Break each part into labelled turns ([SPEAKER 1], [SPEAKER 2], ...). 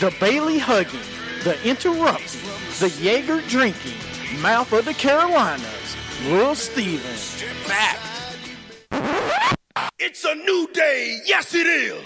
[SPEAKER 1] The Bailey hugging, the interrupting, the Jaeger drinking, mouth of the Carolinas, Lil Steven. Fact.
[SPEAKER 2] It's a new day. Yes, it is.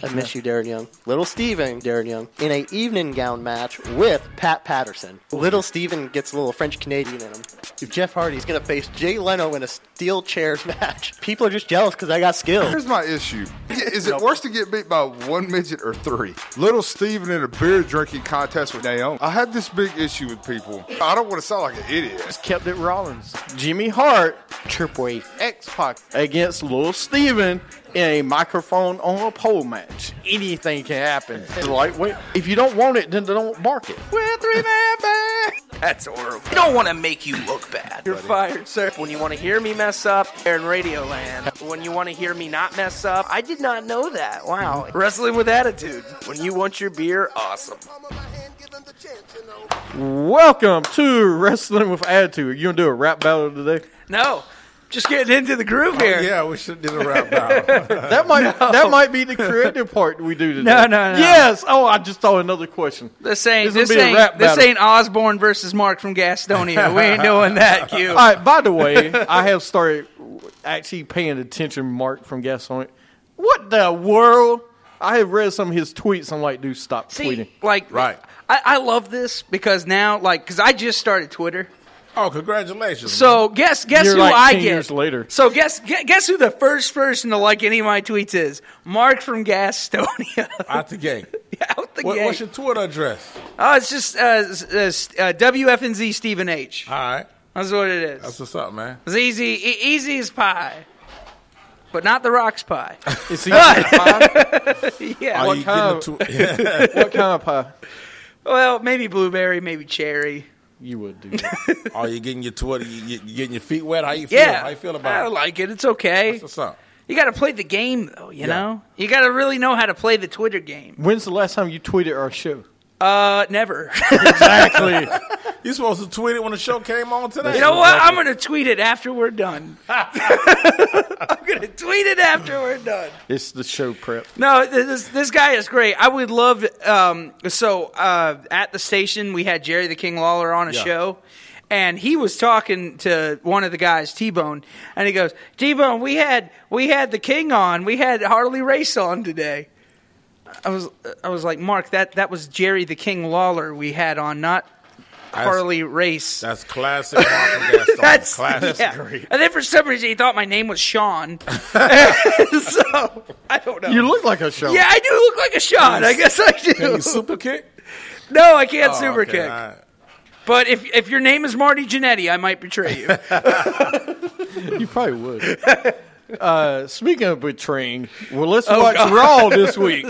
[SPEAKER 3] I miss you, Darren Young. Little Steven, Darren Young, in a evening gown match with Pat Patterson. Little Steven gets a little French Canadian in him. Jeff Hardy's going to face Jay Leno in a steel chairs match. People are just jealous because I got skills.
[SPEAKER 4] Here's my issue. Is it worse to get beat by one midget or three? Little Steven in a beer drinking contest with Naomi. I have this big issue with people. I don't want to sound like an idiot.
[SPEAKER 1] Kept it Rollins. Jimmy Hart
[SPEAKER 3] Triple
[SPEAKER 4] X Pac.
[SPEAKER 1] against Lil Steven in a microphone on a pole match. Anything can happen. It's Lightweight. If you don't want it, then don't bark it. We're a three man band.
[SPEAKER 5] That's horrible. I don't want to make you look bad. You're fired, sir. When you want to hear me mess up, Aaron Radio Land. When you want to hear me not mess up, I did not know that. Wow. Wrestling with attitude. When you want your beer, awesome.
[SPEAKER 1] Welcome to Wrestling with Attitude. You gonna do a rap battle today?
[SPEAKER 5] No, just getting into the groove here.
[SPEAKER 4] Yeah, we should do the rap battle.
[SPEAKER 1] That might that might be the creative part we do today.
[SPEAKER 6] No, no, no.
[SPEAKER 1] Yes. Oh, I just saw another question.
[SPEAKER 5] This ain't
[SPEAKER 1] This
[SPEAKER 5] this,
[SPEAKER 1] will be a rap
[SPEAKER 5] ain't this
[SPEAKER 1] battle.
[SPEAKER 5] ain't Osborne versus Mark from Gastonia. We ain't doing that, Q.
[SPEAKER 1] All right. By the way, I have started actually paying attention. Mark from Gaslight. What the world? I have read some of his tweets. I'm like, dude, stop tweeting.
[SPEAKER 5] See, like,
[SPEAKER 2] Right.
[SPEAKER 5] I, I love this because now, like, because I just started Twitter.
[SPEAKER 2] Oh, congratulations.
[SPEAKER 5] So guess guess
[SPEAKER 1] You're
[SPEAKER 5] who
[SPEAKER 1] like
[SPEAKER 5] I
[SPEAKER 1] 10
[SPEAKER 5] get
[SPEAKER 1] years later.
[SPEAKER 5] So guess gu- guess who the first person to like any of my tweets is Mark from Gastonia.
[SPEAKER 2] out the gate.
[SPEAKER 5] Out the
[SPEAKER 2] What,
[SPEAKER 5] gate.
[SPEAKER 2] what's your Twitter address?
[SPEAKER 5] oh, it's just uh, s- uh, s- uh, WFNZ Stephen H.
[SPEAKER 2] All right.
[SPEAKER 5] That's what it is.
[SPEAKER 2] That's what's up, man.
[SPEAKER 5] It's easy, e- easy as pie, but not the rocks pie.
[SPEAKER 1] It's easy to find.
[SPEAKER 5] yeah.
[SPEAKER 2] Are
[SPEAKER 5] well,
[SPEAKER 2] you getting a tw- Yeah.
[SPEAKER 1] what kind of pie?
[SPEAKER 5] well, maybe blueberry, maybe cherry.
[SPEAKER 1] You would do that.
[SPEAKER 2] Are you getting your Twitter? You, you, you getting your feet wet? How you feel?
[SPEAKER 5] Yeah.
[SPEAKER 2] How you feel
[SPEAKER 5] I
[SPEAKER 2] about it?
[SPEAKER 5] like it. It's okay.
[SPEAKER 2] That's what's up.
[SPEAKER 5] You got to play the game though. You know. You got to really know how to play the Twitter game.
[SPEAKER 1] When's the last time you tweeted our show?
[SPEAKER 5] Uh, never.
[SPEAKER 1] Exactly.
[SPEAKER 2] You supposed to tweet it when the show came on today.
[SPEAKER 5] You know what? I'm going to tweet it after we're done. I'm going to tweet it after we're done.
[SPEAKER 1] it's the show prep.
[SPEAKER 5] No, this this guy is great. I would love. Um, so uh, at the station, we had Jerry the King Lawler on a
[SPEAKER 2] Yeah.
[SPEAKER 5] show, and he was talking to one of the guys, T Bone, and he goes, "T Bone, we had we had the King on. We had Harley Race on today." I was I was like, Mark, that that was Jerry the King Lawler we had on, not Harley Race.
[SPEAKER 2] That's classic. Mark Gaston.
[SPEAKER 5] That's
[SPEAKER 2] classic.
[SPEAKER 5] yeah. And then for some reason he thought my name was Sean. so I don't know.
[SPEAKER 1] You look like a show.
[SPEAKER 5] yeah, I do look like a Sean. I guess I
[SPEAKER 2] Can
[SPEAKER 5] do.
[SPEAKER 2] you super kick?
[SPEAKER 5] No, I can't
[SPEAKER 1] Oh,
[SPEAKER 5] super
[SPEAKER 2] okay,
[SPEAKER 5] kick.
[SPEAKER 2] all right.
[SPEAKER 5] But if if your name is Marty Jannetty, I might betray you.
[SPEAKER 1] You probably would. Uh, speaking of betraying, well, let's watch Raw this week.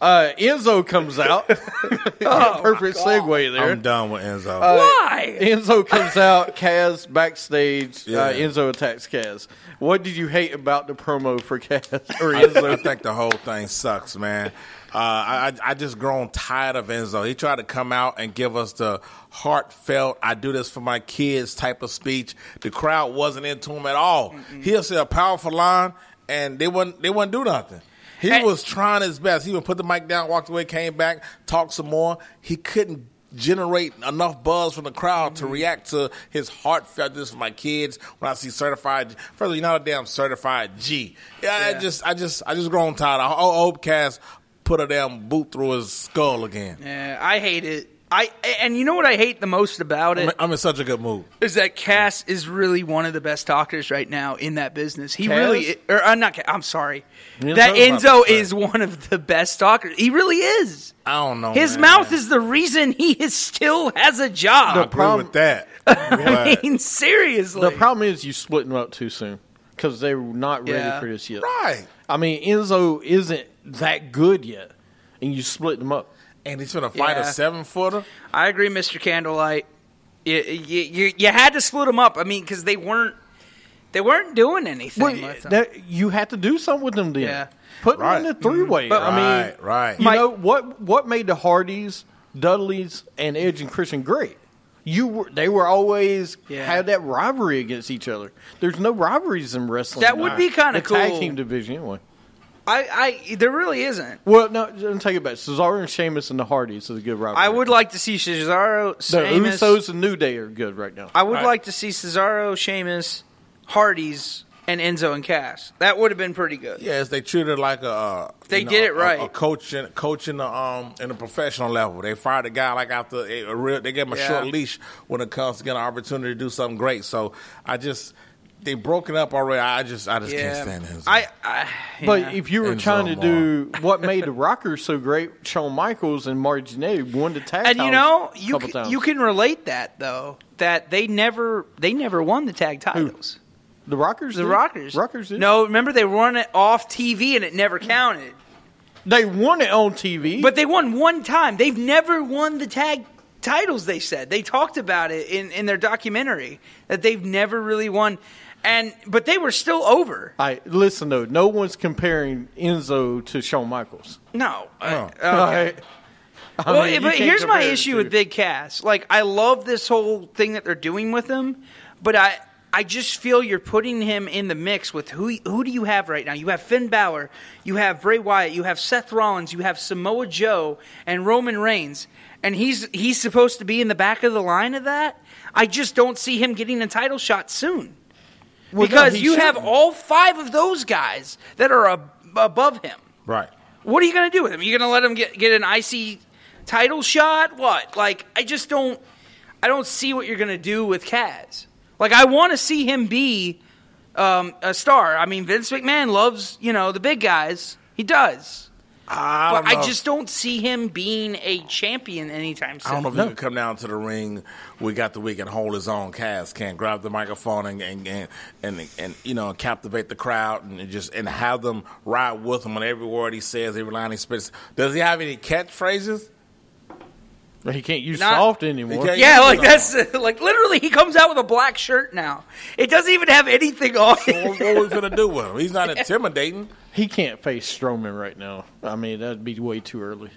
[SPEAKER 1] Uh, Enzo comes out. Perfect segue there.
[SPEAKER 2] I'm done with Enzo.
[SPEAKER 5] Uh, Why?
[SPEAKER 1] Enzo comes out. Kaz backstage.
[SPEAKER 2] Yeah.
[SPEAKER 1] Uh, Enzo attacks Kaz. What did you hate about the promo for Kaz or
[SPEAKER 2] I, I
[SPEAKER 1] Enzo?
[SPEAKER 2] think the whole thing sucks, man. Uh, I, I I just grown tired of Enzo. He tried to come out and give us the heartfelt "I do this for my kids" type of speech. The crowd wasn't into him at all. He'll say a powerful line, and they wouldn't they wouldn't do nothing. He
[SPEAKER 5] And-
[SPEAKER 2] was trying his best. He even put the mic down, walked away, came back, talked some more. He couldn't generate enough buzz from the crowd
[SPEAKER 5] Mm-hmm.
[SPEAKER 2] to react to his heartfelt "This is for my kids." When I see certified, further, you're not a damn certified G. Yeah, I
[SPEAKER 5] Yeah.
[SPEAKER 2] just, I just, I just grown tired. I ho- hope Cass put a damn boot through his skull again.
[SPEAKER 5] Yeah, I hate it. I and you know what I hate the most about
[SPEAKER 2] I'm,
[SPEAKER 5] it
[SPEAKER 2] I'm in such a good mood.
[SPEAKER 5] is that Cass is really one of the best talkers right now in that business. He
[SPEAKER 1] Cass?
[SPEAKER 5] really, or I'm not. Ca- I'm sorry.
[SPEAKER 1] Enzo's
[SPEAKER 5] that
[SPEAKER 1] not the
[SPEAKER 5] Enzo
[SPEAKER 2] best.
[SPEAKER 5] is one of the best talkers. He really is.
[SPEAKER 2] I don't know.
[SPEAKER 5] His
[SPEAKER 2] man.
[SPEAKER 5] mouth is the reason he is still has a
[SPEAKER 2] I
[SPEAKER 5] job.
[SPEAKER 2] agree with that.
[SPEAKER 5] I
[SPEAKER 2] But-
[SPEAKER 5] mean, seriously.
[SPEAKER 1] the problem is you split them up too soon because they're not ready
[SPEAKER 5] Yeah.
[SPEAKER 1] for this yet.
[SPEAKER 2] right.
[SPEAKER 1] I mean, Enzo isn't that good yet, and you split them up.
[SPEAKER 2] and he's gonna fight
[SPEAKER 5] Yeah.
[SPEAKER 2] a seven footer.
[SPEAKER 5] I agree, Mr. Candlelight. You, you, you, you had to split them up. I mean, because they weren't they weren't doing anything.
[SPEAKER 6] Well,
[SPEAKER 5] with them.
[SPEAKER 6] that, you had to do something with them then.
[SPEAKER 5] Yeah.
[SPEAKER 6] Put
[SPEAKER 2] Right.
[SPEAKER 6] them in the three way.
[SPEAKER 5] But-
[SPEAKER 6] I mean,
[SPEAKER 2] right, right.
[SPEAKER 6] you
[SPEAKER 5] Mike-
[SPEAKER 6] know what? What made the Hardys, Dudleys, and Edge and Christian great? You were they were always
[SPEAKER 5] Yeah.
[SPEAKER 6] had that rivalry against each other. There's no rivalries in wrestling.
[SPEAKER 5] That would be kinda
[SPEAKER 6] The Tag
[SPEAKER 5] cool.
[SPEAKER 6] team division anyway.
[SPEAKER 5] I, I there really isn't.
[SPEAKER 6] Well, no, I'm take it back. Cesaro and Sheamus and the Hardys is a good rivalry.
[SPEAKER 5] I would like to see Cesaro,
[SPEAKER 6] the
[SPEAKER 5] Sheamus.
[SPEAKER 6] Usos and New Day are good right now.
[SPEAKER 5] I would
[SPEAKER 2] Right.
[SPEAKER 5] like to see Cesaro, Sheamus, Hardy's, and Enzo and Cass. That would have been pretty good.
[SPEAKER 2] Yes, they treated it like a. Uh,
[SPEAKER 5] They
[SPEAKER 2] you know,
[SPEAKER 5] did it
[SPEAKER 2] a-
[SPEAKER 5] right.
[SPEAKER 2] A, coaching, coaching the um in a professional level. They fired a guy like after a, a real. They gave him a
[SPEAKER 5] Yeah.
[SPEAKER 2] short leash when it comes to getting an opportunity to do something great. So I just they broke it up already. I just I just can't
[SPEAKER 5] yeah,
[SPEAKER 2] stand him.
[SPEAKER 5] I, I
[SPEAKER 6] But
[SPEAKER 5] yeah.
[SPEAKER 6] if you were
[SPEAKER 2] Enzo
[SPEAKER 6] trying to
[SPEAKER 2] and
[SPEAKER 6] do what made the Rockers so great, Shawn Michaels and Marty Jannetty won the tag
[SPEAKER 5] and you
[SPEAKER 6] titles
[SPEAKER 5] know
[SPEAKER 6] a
[SPEAKER 5] you
[SPEAKER 6] couple
[SPEAKER 5] can,
[SPEAKER 6] times.
[SPEAKER 5] you can relate that though that they never they never won the tag titles.
[SPEAKER 6] the Rockers,
[SPEAKER 5] The
[SPEAKER 6] did.
[SPEAKER 5] Rockers,
[SPEAKER 6] Rockers. Did.
[SPEAKER 5] No, remember they won it off TV and it never counted.
[SPEAKER 6] they won it on TV.
[SPEAKER 5] But they won one time. They've never won the tag titles, they said. They talked about it in, in their documentary that they've never really won. And but they were still over.
[SPEAKER 6] I listen though. No one's comparing Enzo to Shawn Michaels.
[SPEAKER 5] No.
[SPEAKER 6] Oh.
[SPEAKER 5] Uh, okay.
[SPEAKER 6] Alright? I
[SPEAKER 5] Well,
[SPEAKER 6] mean, you
[SPEAKER 5] but
[SPEAKER 6] can't
[SPEAKER 5] here's my
[SPEAKER 6] compare the
[SPEAKER 5] issue
[SPEAKER 6] two.
[SPEAKER 5] with Big Cass. Like I love this whole thing that they're doing with him, but I I just feel you're putting him in the mix with who who do you have right now? You have Finn Balor, you have Bray Wyatt, you have Seth Rollins, you have Samoa Joe and Roman Reigns, and he's he's supposed to be in the back of the line of that. I just don't see him getting a title shot soon.
[SPEAKER 6] Well, no,
[SPEAKER 5] because
[SPEAKER 6] he
[SPEAKER 5] you have
[SPEAKER 6] shouldn't.
[SPEAKER 5] all five of those guys that are ab- above him.
[SPEAKER 2] right.
[SPEAKER 5] What are you going to do with him? You're going to let him get get an icy title shot? What? Like I just don't I don't see what you're going to do with Kaz. Like I want to see him be um, a star. I mean Vince McMahon loves, you know, the big guys. He does.
[SPEAKER 2] I
[SPEAKER 5] But
[SPEAKER 2] don't know
[SPEAKER 5] I
[SPEAKER 2] if-
[SPEAKER 5] just don't see him being a champion anytime soon.
[SPEAKER 2] I don't know if he could come down to the ring. We got the week and hold his own cast. Can't grab the microphone and and and, and, and you know captivate the crowd and just and have them ride with him on every word he says, every line he spits. Does he have any catchphrases?
[SPEAKER 6] he can't use
[SPEAKER 5] Not-
[SPEAKER 6] soft anymore.
[SPEAKER 2] He can't-
[SPEAKER 5] Yeah,
[SPEAKER 2] you
[SPEAKER 5] like
[SPEAKER 2] know.
[SPEAKER 5] that's like literally he comes out with a black shirt now. It doesn't even have anything on
[SPEAKER 2] What,
[SPEAKER 5] it.
[SPEAKER 2] what are we gonna do with him? He's not intimidating.
[SPEAKER 6] He can't face Strowman right now. I mean, that'd be way too early.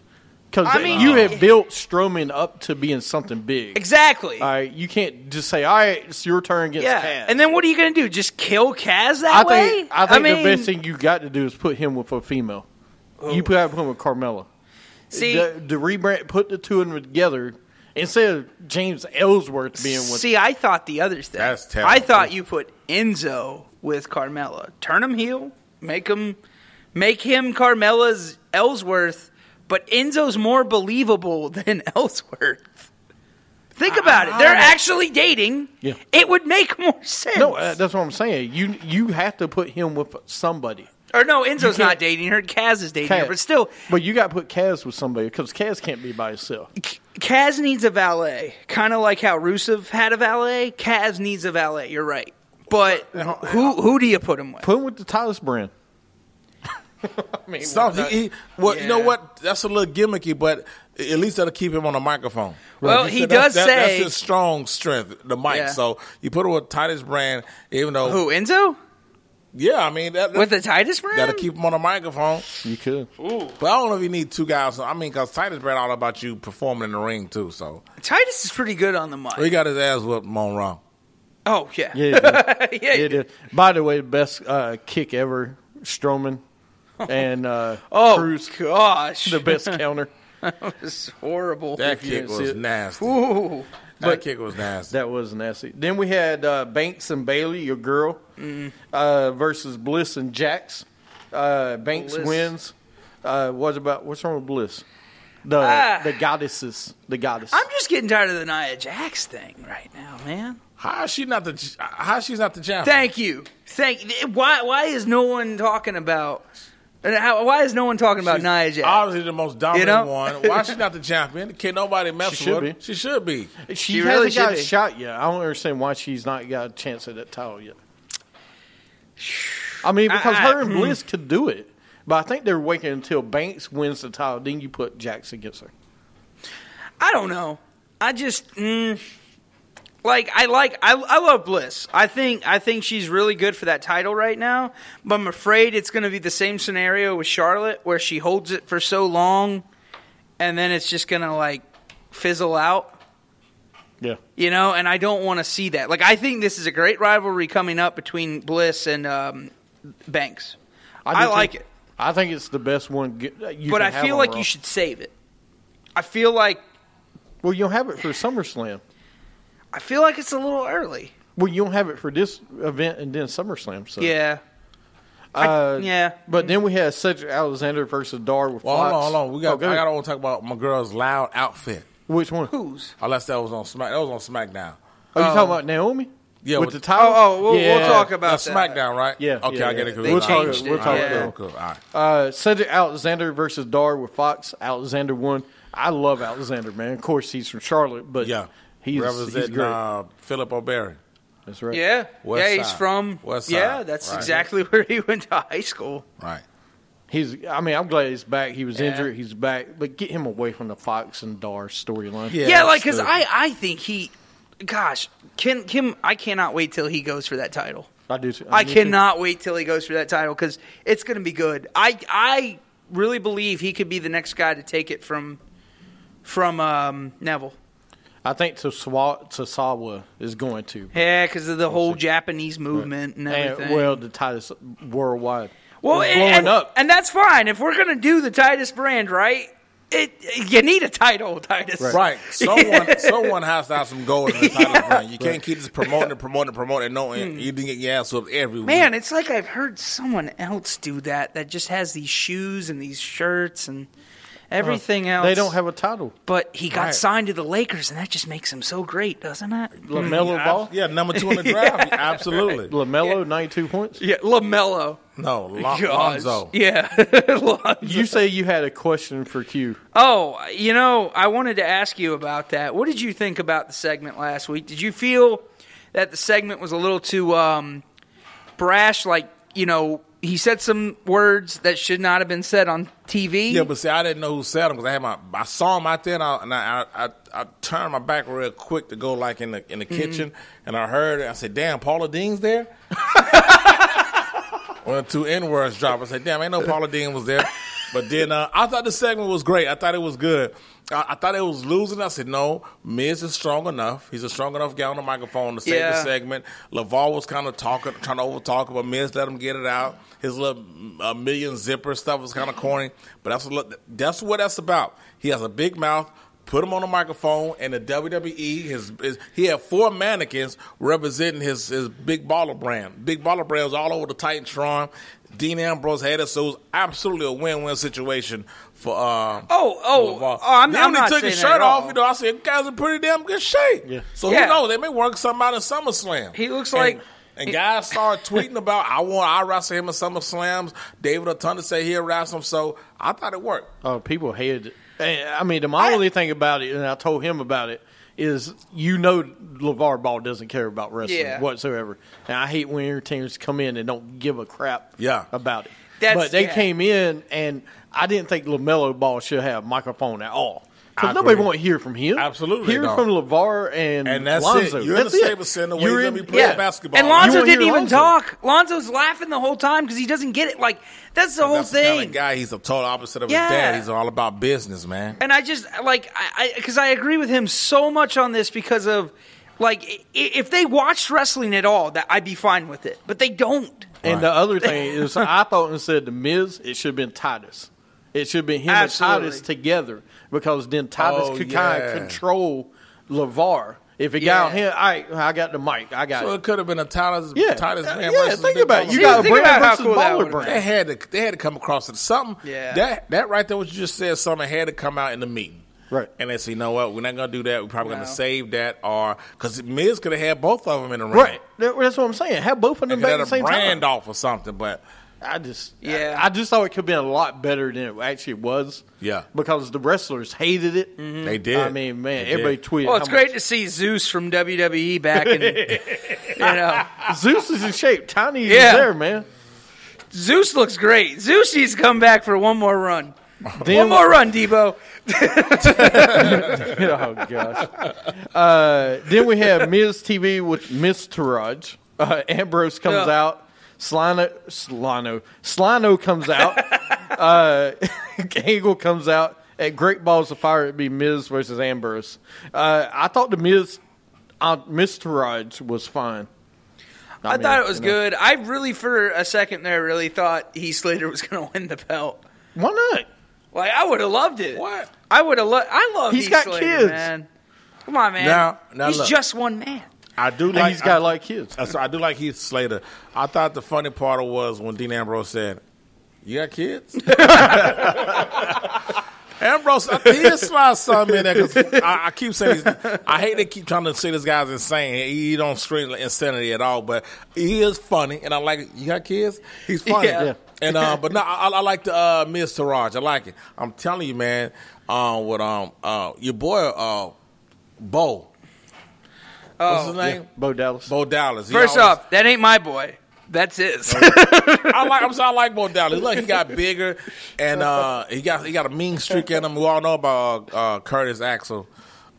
[SPEAKER 6] Because
[SPEAKER 5] I mean-
[SPEAKER 6] you have built Strowman up to being something big.
[SPEAKER 5] Exactly.
[SPEAKER 6] All right, you can't just say, "All right, it's your turn against
[SPEAKER 5] Yeah,
[SPEAKER 6] Kaz."
[SPEAKER 5] and then what are you going to do? Just kill Kaz that
[SPEAKER 6] I
[SPEAKER 5] way?
[SPEAKER 6] think I think
[SPEAKER 5] mean,
[SPEAKER 6] the best thing you got to do is put him with a female. You put him with Carmella.
[SPEAKER 5] See,
[SPEAKER 6] the, the rebrand, put the two of them together instead of James Ellsworth being with.
[SPEAKER 5] see, I thought the other thing.
[SPEAKER 2] That's terrible.
[SPEAKER 5] I thought you put Enzo with Carmella. Turn him heel. Make him, make him Carmella's Ellsworth, but Enzo's more believable than Ellsworth. Think about it. They're actually dating.
[SPEAKER 6] Yeah.
[SPEAKER 5] It would make more sense.
[SPEAKER 6] no, uh, that's what I'm saying. You you have to put him with somebody.
[SPEAKER 5] or no, Enzo's not
[SPEAKER 6] can't-
[SPEAKER 5] dating her. Kaz is dating her,
[SPEAKER 6] Kaz.
[SPEAKER 5] but still,
[SPEAKER 6] but you got to put Kaz with somebody because Kaz can't be by himself.
[SPEAKER 5] K- Kaz needs a valet, kind of like how Rusev had a valet. Kaz needs a valet. You're right, but who who do you put him with?
[SPEAKER 6] Put him with the Tyler's brand.
[SPEAKER 2] Stop. He, he, well, you know
[SPEAKER 5] Yeah.
[SPEAKER 2] what? That's a little gimmicky, but at least that'll keep him on the microphone.
[SPEAKER 5] Well,
[SPEAKER 2] Like you
[SPEAKER 5] he
[SPEAKER 2] said,
[SPEAKER 5] does
[SPEAKER 2] that's- that-
[SPEAKER 5] say-
[SPEAKER 2] that's his strong strength, the mic.
[SPEAKER 5] Yeah.
[SPEAKER 2] So you put him with Titus Brand, even though
[SPEAKER 5] Who Enzo
[SPEAKER 2] yeah, I mean that,
[SPEAKER 5] with the Titus brand?
[SPEAKER 2] that'll keep him on the microphone.
[SPEAKER 6] You could.
[SPEAKER 2] But I don't know if you need two guys. I mean, because Titus Brand all about you performing in the ring too. So
[SPEAKER 5] Titus is pretty good on the mic.
[SPEAKER 2] he got his ass whipped Monroe.
[SPEAKER 5] oh yeah,
[SPEAKER 6] Yeah, you could.
[SPEAKER 5] yeah.
[SPEAKER 6] It is. By the way, the best uh, kick ever, Strowman and uh,
[SPEAKER 5] Oh
[SPEAKER 6] Cruz,
[SPEAKER 5] gosh,
[SPEAKER 6] the best counter.
[SPEAKER 5] that was horrible.
[SPEAKER 2] That
[SPEAKER 6] you
[SPEAKER 2] kick
[SPEAKER 6] didn't see
[SPEAKER 2] was
[SPEAKER 6] it.
[SPEAKER 2] nasty.
[SPEAKER 5] Ooh.
[SPEAKER 2] that kick was nasty.
[SPEAKER 6] That was nasty. Then we had uh, Banks and Bailey, your girl,
[SPEAKER 5] Mm-hmm.
[SPEAKER 6] uh, versus Bliss and Jax. Uh, Banks
[SPEAKER 5] Bliss.
[SPEAKER 6] wins. Uh, what about what's wrong with Bliss? The
[SPEAKER 5] Ah.
[SPEAKER 6] the goddesses, the goddess.
[SPEAKER 5] I'm just getting tired of the Nia Jax thing right now, man.
[SPEAKER 2] How is she not the? How is she's not the champion?
[SPEAKER 5] Thank you, thank. Why why is no one talking about? and how- Why is no one talking about Nia Jax?
[SPEAKER 2] Obviously, the most dominant
[SPEAKER 5] You know?
[SPEAKER 2] one. Why she not the champion? Can nobody mess
[SPEAKER 6] She should
[SPEAKER 2] with her?
[SPEAKER 6] be.
[SPEAKER 2] She should be.
[SPEAKER 6] she,
[SPEAKER 5] she
[SPEAKER 6] hasn't
[SPEAKER 5] really
[SPEAKER 6] got
[SPEAKER 5] should be.
[SPEAKER 6] a shot yet. I don't understand why she's not got a chance at that title yet. I mean, because
[SPEAKER 5] I-
[SPEAKER 6] her and
[SPEAKER 5] hmm.
[SPEAKER 6] Bliss could do it, but I think they're waiting until Banks wins the title. Then you put Jax against her.
[SPEAKER 5] I don't know. I just mm, like I like I, I love Bliss. I think I think she's really good for that title right now. But I'm afraid it's going to be the same scenario with Charlotte, where she holds it for so long, and then it's just going to like fizzle out.
[SPEAKER 6] Yeah.
[SPEAKER 5] You know, and I don't want to see that. Like, I think this is a great rivalry coming up between Bliss and um, Banks. I,
[SPEAKER 6] do
[SPEAKER 5] like
[SPEAKER 6] think-
[SPEAKER 5] it,
[SPEAKER 6] I think it's the best one. Get, you
[SPEAKER 5] but
[SPEAKER 6] can
[SPEAKER 5] I
[SPEAKER 6] have
[SPEAKER 5] feel
[SPEAKER 6] on
[SPEAKER 5] like
[SPEAKER 6] Raw.
[SPEAKER 5] you should save it. I feel like
[SPEAKER 6] Well, you'll have it for SummerSlam.
[SPEAKER 5] I feel like it's a little early.
[SPEAKER 6] Well, you'll have it for this event and then SummerSlam. So
[SPEAKER 5] Yeah,
[SPEAKER 6] uh,
[SPEAKER 5] yeah.
[SPEAKER 6] But then we had Cedric Alexander versus Dar with
[SPEAKER 2] Well,
[SPEAKER 6] Fox.
[SPEAKER 2] hold on, hold on. We got.
[SPEAKER 6] Oh, go
[SPEAKER 2] I
[SPEAKER 6] ahead.
[SPEAKER 2] got to talk about my girl's loud outfit.
[SPEAKER 6] Which one? Who?
[SPEAKER 5] who's?
[SPEAKER 2] Unless that was on Smack. That was on SmackDown.
[SPEAKER 6] Are you talking about Naomi?
[SPEAKER 2] Uh, Yeah,
[SPEAKER 6] with
[SPEAKER 2] with-
[SPEAKER 6] the
[SPEAKER 5] Oh,
[SPEAKER 6] title.
[SPEAKER 5] oh, we'll, we'll
[SPEAKER 6] Yeah.
[SPEAKER 5] talk about
[SPEAKER 2] That's
[SPEAKER 5] that.
[SPEAKER 2] SmackDown, right?
[SPEAKER 6] Yeah,
[SPEAKER 2] Okay,
[SPEAKER 6] yeah,
[SPEAKER 2] I get
[SPEAKER 6] yeah.
[SPEAKER 2] it. 'cause
[SPEAKER 5] They
[SPEAKER 2] we're talking-
[SPEAKER 5] changed it,
[SPEAKER 2] We're talking.
[SPEAKER 5] yeah.
[SPEAKER 2] Cool, cool. All right.
[SPEAKER 6] Uh, Cedric Alexander versus Dar with Fox. Alexander won. I love Alexander, man. Of course, he's from Charlotte, but
[SPEAKER 2] Yeah.
[SPEAKER 6] he's, he's
[SPEAKER 2] Representing
[SPEAKER 6] great.
[SPEAKER 2] uh, Philip O'Berry.
[SPEAKER 6] That's right.
[SPEAKER 5] Yeah,
[SPEAKER 2] West
[SPEAKER 5] yeah, he's
[SPEAKER 2] side.
[SPEAKER 5] from.
[SPEAKER 2] West
[SPEAKER 5] yeah,
[SPEAKER 2] side,
[SPEAKER 5] that's
[SPEAKER 2] right.
[SPEAKER 5] exactly where he went to high school.
[SPEAKER 2] Right.
[SPEAKER 6] He's. I mean, I'm glad he's back. He was
[SPEAKER 5] Yeah.
[SPEAKER 6] injured. He's back. But get him away from the Fox and Dar storyline.
[SPEAKER 5] Yeah, like because I, I think he, gosh, Kim, Kim, I cannot wait till he goes for that title.
[SPEAKER 6] I do. Too.
[SPEAKER 5] I
[SPEAKER 6] Uh, me too.
[SPEAKER 5] cannot wait till he goes for that title because it's going to be good. I I really believe he could be the next guy to take it from from um, Neville.
[SPEAKER 6] I think Tosawa, Tosawa is going to.
[SPEAKER 5] Yeah, because of the whole Japanese movement and everything.
[SPEAKER 6] And, well, the Titus worldwide.
[SPEAKER 5] Well,
[SPEAKER 6] It's
[SPEAKER 5] and,
[SPEAKER 6] blowing
[SPEAKER 5] and-
[SPEAKER 6] up.
[SPEAKER 5] and that's fine. If we're going to do the Titus brand, right? It you need a title, Titus.
[SPEAKER 2] Right. Someone someone has to have some gold in the title brand. You can't keep just promoting and promoting and promoting and no
[SPEAKER 6] Hmm.
[SPEAKER 2] end. You didn't get your ass whooped every
[SPEAKER 5] Man,
[SPEAKER 2] week.
[SPEAKER 5] it's like I've heard someone else do that. That just has these shoes and these shirts and everything else.
[SPEAKER 6] They don't have a title.
[SPEAKER 5] But he got
[SPEAKER 2] Right.
[SPEAKER 5] signed to the Lakers, and that just makes him so great, doesn't it?
[SPEAKER 6] Lamelo Ball.
[SPEAKER 2] Yeah, number two in the draft. Absolutely.
[SPEAKER 6] Lamelo, ninety-two points.
[SPEAKER 5] Yeah, Lamelo.
[SPEAKER 2] No, Lon-
[SPEAKER 5] Gosh.
[SPEAKER 2] Lonzo.
[SPEAKER 5] Yeah. Lonzo.
[SPEAKER 6] You say you had a question for Q.
[SPEAKER 5] Oh, you know, I wanted to ask you about that. What did you think about the segment last week? Did you feel that the segment was a little too um, brash? Like, you know, he said some words that should not have been said on TV.
[SPEAKER 2] Yeah, but see, I didn't know who said them because I had my, I saw him out there, and I and I, I, I, I turned my back real quick to go like in the in the kitchen, and I heard, it. I said, "Damn, Paula Dean's there." when two N words dropped, I said, "Damn, ain't no Paula Dean was there." But then uh, I thought the segment was great. I thought it was good. I, I thought it was losing. I said, "No, Miz is strong enough. He's a strong enough guy on the microphone to save
[SPEAKER 5] Yeah.
[SPEAKER 2] the segment." Laval was kind of talking, trying to over talk, but Miz let him get it out. His little uh, million zipper stuff was kind of corny, but that's what that's what that's about. He has a big mouth. Put him on the microphone, and the WWE his, his he had four mannequins representing his his big baller brand. Big baller brand was all over the Titantron. Dean Ambrose had it, so it was absolutely a win win situation for. Um,
[SPEAKER 5] Oh, oh,
[SPEAKER 2] for Raw.
[SPEAKER 5] oh, I'm-
[SPEAKER 2] They
[SPEAKER 5] I'm
[SPEAKER 2] only
[SPEAKER 5] not
[SPEAKER 2] took his
[SPEAKER 5] saying that
[SPEAKER 2] shirt
[SPEAKER 5] at all.
[SPEAKER 2] off. You know, I said, "Guys, in pretty damn good shape."
[SPEAKER 6] Yeah.
[SPEAKER 2] So
[SPEAKER 5] Yeah.
[SPEAKER 2] who knows? They may work something out in SummerSlam.
[SPEAKER 5] He looks
[SPEAKER 2] And-
[SPEAKER 5] like-
[SPEAKER 2] And guys started tweeting about, "I want, I wrestle him in SummerSlams." David Otunde said he'll wrestle him, so I thought it worked.
[SPEAKER 6] Oh, people hated it. And, I mean, the my only thing about it, and I told him about it, is you know LeVar Ball doesn't care about wrestling
[SPEAKER 5] Yeah.
[SPEAKER 6] whatsoever. And I hate when your teams come in and don't give a crap
[SPEAKER 2] Yeah.
[SPEAKER 6] about it.
[SPEAKER 5] That's-
[SPEAKER 6] but they
[SPEAKER 5] yeah.
[SPEAKER 6] came in, and I didn't think LaMelo Ball should have a microphone at all.
[SPEAKER 2] I
[SPEAKER 6] Because nobody
[SPEAKER 2] agree.
[SPEAKER 6] want to hear from him.
[SPEAKER 2] Absolutely
[SPEAKER 6] Hear
[SPEAKER 2] don't.
[SPEAKER 6] from LeVar and,
[SPEAKER 2] And that's
[SPEAKER 6] Lonzo.
[SPEAKER 2] it. You're
[SPEAKER 6] that's
[SPEAKER 2] in the Saber Center where
[SPEAKER 6] You're
[SPEAKER 2] you're
[SPEAKER 6] in-
[SPEAKER 2] gonna be playing
[SPEAKER 6] yeah.
[SPEAKER 2] basketball.
[SPEAKER 5] And Lonzo
[SPEAKER 6] You wanna
[SPEAKER 5] didn't
[SPEAKER 6] hear
[SPEAKER 5] even
[SPEAKER 6] Lonzo.
[SPEAKER 5] talk. Lonzo's laughing the whole time because he doesn't get it. Like, that's the whole
[SPEAKER 2] That's the
[SPEAKER 5] thing.
[SPEAKER 2] kind of guy. He's the total opposite of
[SPEAKER 5] Yeah.
[SPEAKER 2] his dad. He's all about business, man.
[SPEAKER 5] and I just like I because I, agree with him so much on this because of like i- if they watched wrestling at all, that I'd be fine with it, but they don't.
[SPEAKER 6] And the
[SPEAKER 2] Right.
[SPEAKER 6] other thing is, I thought instead of the Miz, it should have been Titus. It should have been him
[SPEAKER 5] Absolutely.
[SPEAKER 6] and Titus together because then Titus
[SPEAKER 2] Oh,
[SPEAKER 6] could kind
[SPEAKER 2] yeah.
[SPEAKER 6] of control LeVar. If it got on
[SPEAKER 5] Yeah.
[SPEAKER 6] him, all right, I got the mic. I got
[SPEAKER 2] So
[SPEAKER 6] it.
[SPEAKER 2] it could have been a Titus,
[SPEAKER 6] Yeah.
[SPEAKER 2] Titus
[SPEAKER 6] Uh,
[SPEAKER 2] man
[SPEAKER 6] yeah,
[SPEAKER 2] versus
[SPEAKER 6] think
[SPEAKER 2] Big
[SPEAKER 6] about it.
[SPEAKER 2] Baller.
[SPEAKER 6] You
[SPEAKER 5] Yeah,
[SPEAKER 6] got a
[SPEAKER 5] think
[SPEAKER 6] brand
[SPEAKER 5] about how
[SPEAKER 6] versus
[SPEAKER 5] cool that
[SPEAKER 6] baller
[SPEAKER 5] would've
[SPEAKER 6] brand.
[SPEAKER 2] They had to they had to come across it. Something
[SPEAKER 5] Yeah.
[SPEAKER 2] that that right there what you just said, something had to come out in the meeting.
[SPEAKER 6] Right.
[SPEAKER 2] And they said, you know what, we're not gonna do that. We're probably
[SPEAKER 5] No.
[SPEAKER 2] gonna save that or because Miz could have had both of them in the ring.
[SPEAKER 6] Right. That- that's what I'm saying. Have both of them
[SPEAKER 2] And could
[SPEAKER 6] back at
[SPEAKER 2] have
[SPEAKER 6] the
[SPEAKER 2] had a
[SPEAKER 6] same
[SPEAKER 2] brand
[SPEAKER 6] time.
[SPEAKER 2] off or something, but
[SPEAKER 6] I just,
[SPEAKER 5] Yeah.
[SPEAKER 6] I, I just thought it could have been a lot better than it actually was.
[SPEAKER 2] Yeah.
[SPEAKER 6] Because the wrestlers hated it.
[SPEAKER 2] they did.
[SPEAKER 6] I mean, man,
[SPEAKER 2] They
[SPEAKER 6] everybody
[SPEAKER 2] did.
[SPEAKER 6] tweeted.
[SPEAKER 5] Well, Oh, it's
[SPEAKER 6] how much-
[SPEAKER 5] great to see Zeus from WWE back, and you know
[SPEAKER 6] Zeus is in shape. Tiny is
[SPEAKER 5] Yeah.
[SPEAKER 6] there, man.
[SPEAKER 5] Zeus looks great. Zeus needs to come back for one more run. One more run, Debo.
[SPEAKER 6] oh gosh. Uh, then we have Ms. TV with Miss Taraj. Uh, Ambrose comes
[SPEAKER 5] Yeah.
[SPEAKER 6] out. Slano, Slano, Slano comes out. uh, Angle comes out. At Great Balls of Fire, it'd be Miz versus Ambrose. Uh, I thought the Miz, uh, Miss Taraj was fine.
[SPEAKER 5] I,
[SPEAKER 6] mean,
[SPEAKER 5] thought it was
[SPEAKER 6] you know.
[SPEAKER 5] good. I really, for a second there, really thought Heath Slater was going to win the belt.
[SPEAKER 6] Why not?
[SPEAKER 5] Like I would have loved it.
[SPEAKER 2] What?
[SPEAKER 5] I would have loved. I love.
[SPEAKER 6] He's
[SPEAKER 5] Heath
[SPEAKER 6] got
[SPEAKER 5] Slater,
[SPEAKER 6] kids.
[SPEAKER 5] Man. Come on, man.
[SPEAKER 2] Now- now
[SPEAKER 5] he's
[SPEAKER 2] look.
[SPEAKER 5] just one man.
[SPEAKER 2] I do
[SPEAKER 6] And
[SPEAKER 2] like
[SPEAKER 6] he's got
[SPEAKER 2] I-
[SPEAKER 6] like kids.
[SPEAKER 2] Uh, So I do like Heath Slater. I thought the funny part was when Dean Ambrose said, "You got kids." Ambrose, I- he just slides something in there because I, I keep saying he's, I hate to keep trying to say this guy's insane. He, he don't scream insanity at all, but he is funny, and I like. it. You got kids? He's funny,
[SPEAKER 5] Yeah. Yeah.
[SPEAKER 2] and uh, but no, I, I like the uh, Miz Taraj. I like it. I'm telling you, man. Um, with um, uh, your boy uh, Bo. What's his name?
[SPEAKER 6] Bo Dallas.
[SPEAKER 2] Bo Dallas. He
[SPEAKER 5] First
[SPEAKER 2] always-
[SPEAKER 5] off, that ain't my boy. That's his.
[SPEAKER 2] I like. I'm sorry, I like Bo Dallas. Look, he got bigger, and uh, he got he got a mean streak in him. We all know about uh, Curtis Axel,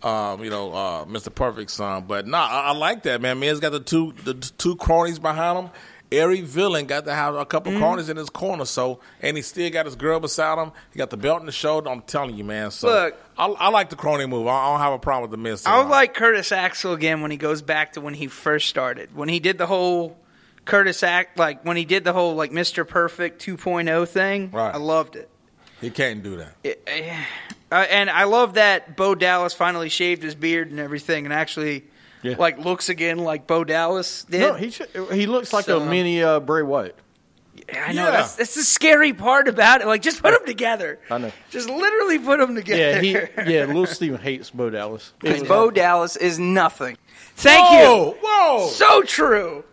[SPEAKER 2] um, you know, uh, Mr. Perfect's son. But nah, I, I like that man. Man's got the two the t- two cronies behind him. Every villain got to have a couple
[SPEAKER 5] Mm-hmm.
[SPEAKER 2] cronies in his corner. So, and he still got his girl beside him. He got the belt in the shoulder. I'm telling you, man. So,
[SPEAKER 5] Look.
[SPEAKER 2] I, I like the crony move. I, I don't have a problem with the miss.
[SPEAKER 5] I would like Curtis Axel again when he goes back to when he first started. When he did the whole Curtis Act, like when he did the whole like Mr. Perfect 2.0 thing.
[SPEAKER 2] Right.
[SPEAKER 5] I loved it.
[SPEAKER 2] He can't do that.
[SPEAKER 5] It- eh, uh, and I love that Bo Dallas finally shaved his beard and everything, and actually,
[SPEAKER 6] Yeah.
[SPEAKER 5] like looks again like Bo Dallas did.
[SPEAKER 6] No, he should, he looks like
[SPEAKER 5] So-
[SPEAKER 6] a mini uh, Bray Wyatt.
[SPEAKER 5] I know
[SPEAKER 2] Yeah.
[SPEAKER 5] that's, that's the scary part about it. Like, just put them together.
[SPEAKER 6] I know.
[SPEAKER 5] Just literally put them together.
[SPEAKER 6] Yeah, he yeah. Little Steven hates Bo Dallas.
[SPEAKER 5] Because Bo Dallas is nothing. Thank
[SPEAKER 2] Whoa, whoa!
[SPEAKER 5] you. So true.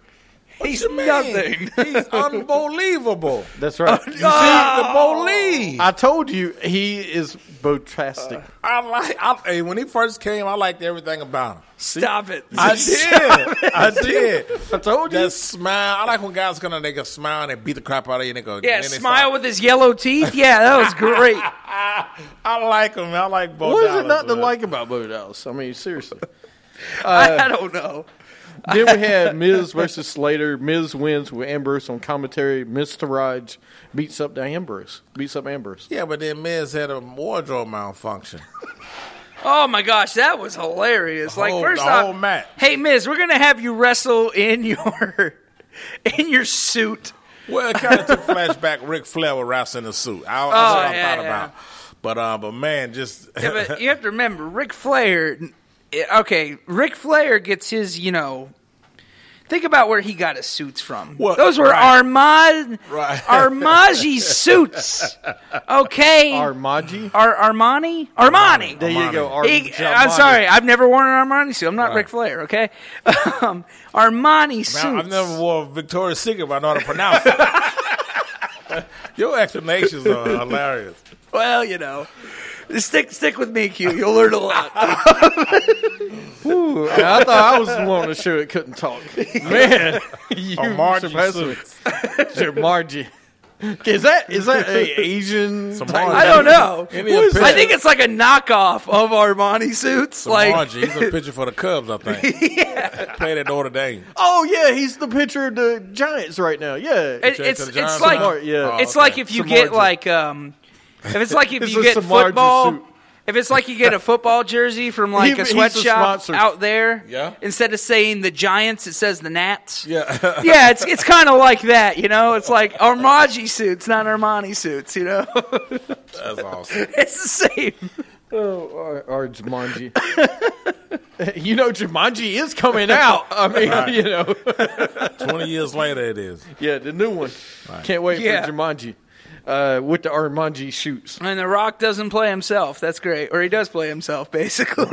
[SPEAKER 5] He's
[SPEAKER 2] Oh. What you mean?
[SPEAKER 5] nothing.
[SPEAKER 2] He's unbelievable.
[SPEAKER 6] That's right. oh.
[SPEAKER 2] believe.
[SPEAKER 6] I told you he is botastic.
[SPEAKER 2] I like. I, hey, when he first came, I liked everything about him.
[SPEAKER 5] Stop it.
[SPEAKER 2] I did. I did.
[SPEAKER 6] I told you.
[SPEAKER 2] That smile. I like when guys gonna make a smile and they beat the crap out of you. Nigga.
[SPEAKER 5] yeah, smile with his yellow teeth. Yeah, that was great.
[SPEAKER 2] I, I like him. I like both.
[SPEAKER 6] what is it not to like about Bo Dallas? I mean, seriously.
[SPEAKER 2] Uh,
[SPEAKER 5] I don't know.
[SPEAKER 6] then we had Miz versus Slater. Miz wins with Ambrose on commentary. Miz Taraj beats up the Ambrose. Beats up Ambrose.
[SPEAKER 2] Yeah, but then Miz had a wardrobe malfunction.
[SPEAKER 5] Oh my gosh, that was hilarious. Like
[SPEAKER 2] whole-
[SPEAKER 5] first
[SPEAKER 2] the
[SPEAKER 5] off,
[SPEAKER 2] whole match.
[SPEAKER 5] hey Miz, we're gonna have you wrestle in your in your suit.
[SPEAKER 2] Well, it kind of took flashback. Rick Flair with Ross in a suit. I, that's
[SPEAKER 5] Oh,
[SPEAKER 2] what I
[SPEAKER 5] yeah,
[SPEAKER 2] thought
[SPEAKER 5] yeah.
[SPEAKER 2] about. But uh, but man, just
[SPEAKER 5] Yeah, but you have to remember, Ric Flair. eh, Okay, Ric Flair gets his, you know. Think about where he got his suits from.
[SPEAKER 2] What-
[SPEAKER 5] Those were
[SPEAKER 2] right.
[SPEAKER 5] Armand
[SPEAKER 2] Right.
[SPEAKER 5] Armagi suits. Okay,
[SPEAKER 6] Armaji.
[SPEAKER 5] Ar- Armani, Armani.
[SPEAKER 6] There you go. Ar-
[SPEAKER 5] He- I'm sorry, I've never worn an Armani suit. I'm not Ric Flair. Okay, um, Armani suits.
[SPEAKER 2] Now, I've never wore Victoria's Secret, but I know how to pronounce it. Your explanations are hilarious.
[SPEAKER 5] Well, you know, stick stick with me, Q. You'll learn a lot.
[SPEAKER 6] Ooh, I thought I was the one on the show that couldn't talk. Man, you
[SPEAKER 2] Margie
[SPEAKER 6] surpassed me. Your Margie. Is that is that a Asian?
[SPEAKER 2] Some
[SPEAKER 6] type-
[SPEAKER 2] Margie.
[SPEAKER 5] I don't know.
[SPEAKER 2] Give me a picture.
[SPEAKER 5] I think it's like a knockoff of Armani suits.
[SPEAKER 2] Some
[SPEAKER 5] like,
[SPEAKER 2] Margie. He's a pitcher for the Cubs, I think. Played at Notre Dame.
[SPEAKER 6] Oh yeah, he's the pitcher of the Giants right now. Yeah,
[SPEAKER 5] It-
[SPEAKER 2] Jason
[SPEAKER 5] it's it's
[SPEAKER 2] Johnson.
[SPEAKER 5] like
[SPEAKER 6] Samar- yeah.
[SPEAKER 5] it's
[SPEAKER 2] Oh, okay.
[SPEAKER 5] like if you
[SPEAKER 6] Samarja.
[SPEAKER 5] get like um if it's like if
[SPEAKER 6] It's
[SPEAKER 5] you
[SPEAKER 6] a
[SPEAKER 5] get
[SPEAKER 6] Samarja
[SPEAKER 5] football
[SPEAKER 6] suit.
[SPEAKER 5] if it's like you get a football jersey from like
[SPEAKER 6] He-
[SPEAKER 5] a
[SPEAKER 6] he's a
[SPEAKER 5] sweatshop
[SPEAKER 6] sponsor.
[SPEAKER 5] out there
[SPEAKER 2] Yeah.
[SPEAKER 5] instead of saying the Giants it says the Nats
[SPEAKER 2] Yeah.
[SPEAKER 5] yeah it's it's kind of like that you know it's like Armani suits not Armani suits you know
[SPEAKER 2] That's awesome.
[SPEAKER 5] it's the same
[SPEAKER 6] Oh, or, or Jumanji. you know, Jumanji is coming out. I mean, you know,
[SPEAKER 2] 20 years later, it is.
[SPEAKER 6] yeah, the new one. Can't wait
[SPEAKER 5] Yeah.
[SPEAKER 6] for Jumanji uh, with the Armanji shoots.
[SPEAKER 5] and The Rock doesn't play himself that's great or he does play himself basically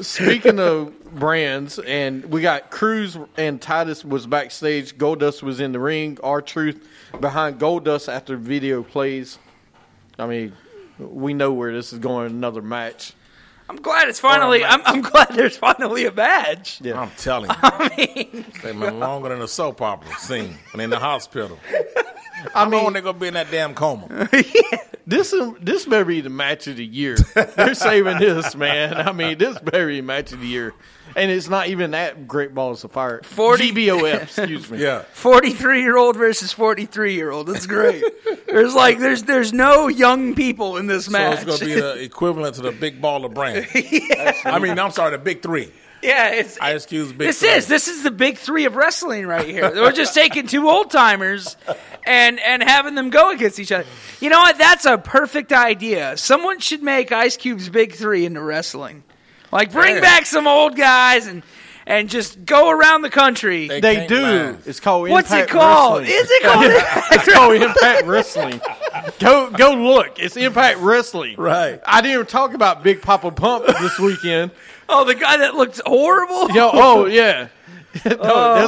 [SPEAKER 6] Speaking of brands, and we got Cruz and Titus was backstage. Goldust was in the ring. Our truth behind Goldust after video plays. I mean, we know where this is going. Another match.
[SPEAKER 5] I'm glad it's finally I'm I'm glad there's finally a badge
[SPEAKER 6] Yeah.
[SPEAKER 2] I'm telling you. They've been longer than a soap opera scene and in the hospital. How long they gonna be in that damn coma?
[SPEAKER 6] This um, this better be the match of the year. They're saving this, man. I mean, this better be match of the year, and it's not even that great balls of fire.
[SPEAKER 5] 40
[SPEAKER 6] GBOF, excuse me.
[SPEAKER 2] Yeah,
[SPEAKER 5] 43 year old versus 43 year old. That's great. there's like there's there's no young people in this
[SPEAKER 2] so
[SPEAKER 5] match.
[SPEAKER 2] it's gonna be the equivalent to the big ball of brand. I mean, I'm sorry, the big three.
[SPEAKER 5] yeah, it's
[SPEAKER 2] I excuse big.
[SPEAKER 5] this
[SPEAKER 2] three.
[SPEAKER 5] is this is the big three of wrestling right here. We're just taking two old timers and and having them go against each other. You know what? That's a perfect idea. Someone should make Ice Cube's big three into wrestling. Like bring
[SPEAKER 2] Yeah.
[SPEAKER 5] back some old guys and and just go around the country.
[SPEAKER 6] They
[SPEAKER 2] can't
[SPEAKER 6] do.
[SPEAKER 2] lie.
[SPEAKER 6] It's called
[SPEAKER 5] What's it
[SPEAKER 6] Impact
[SPEAKER 5] called?
[SPEAKER 6] Wrestling.
[SPEAKER 5] Is it called?
[SPEAKER 6] it's called Impact Wrestling. Go go look. It's Impact Wrestling.
[SPEAKER 2] Right.
[SPEAKER 6] I didn't even talk about Big Papa Pump this weekend.
[SPEAKER 5] oh, the guy that looked horrible.
[SPEAKER 6] Yo, oh yeah. No, That's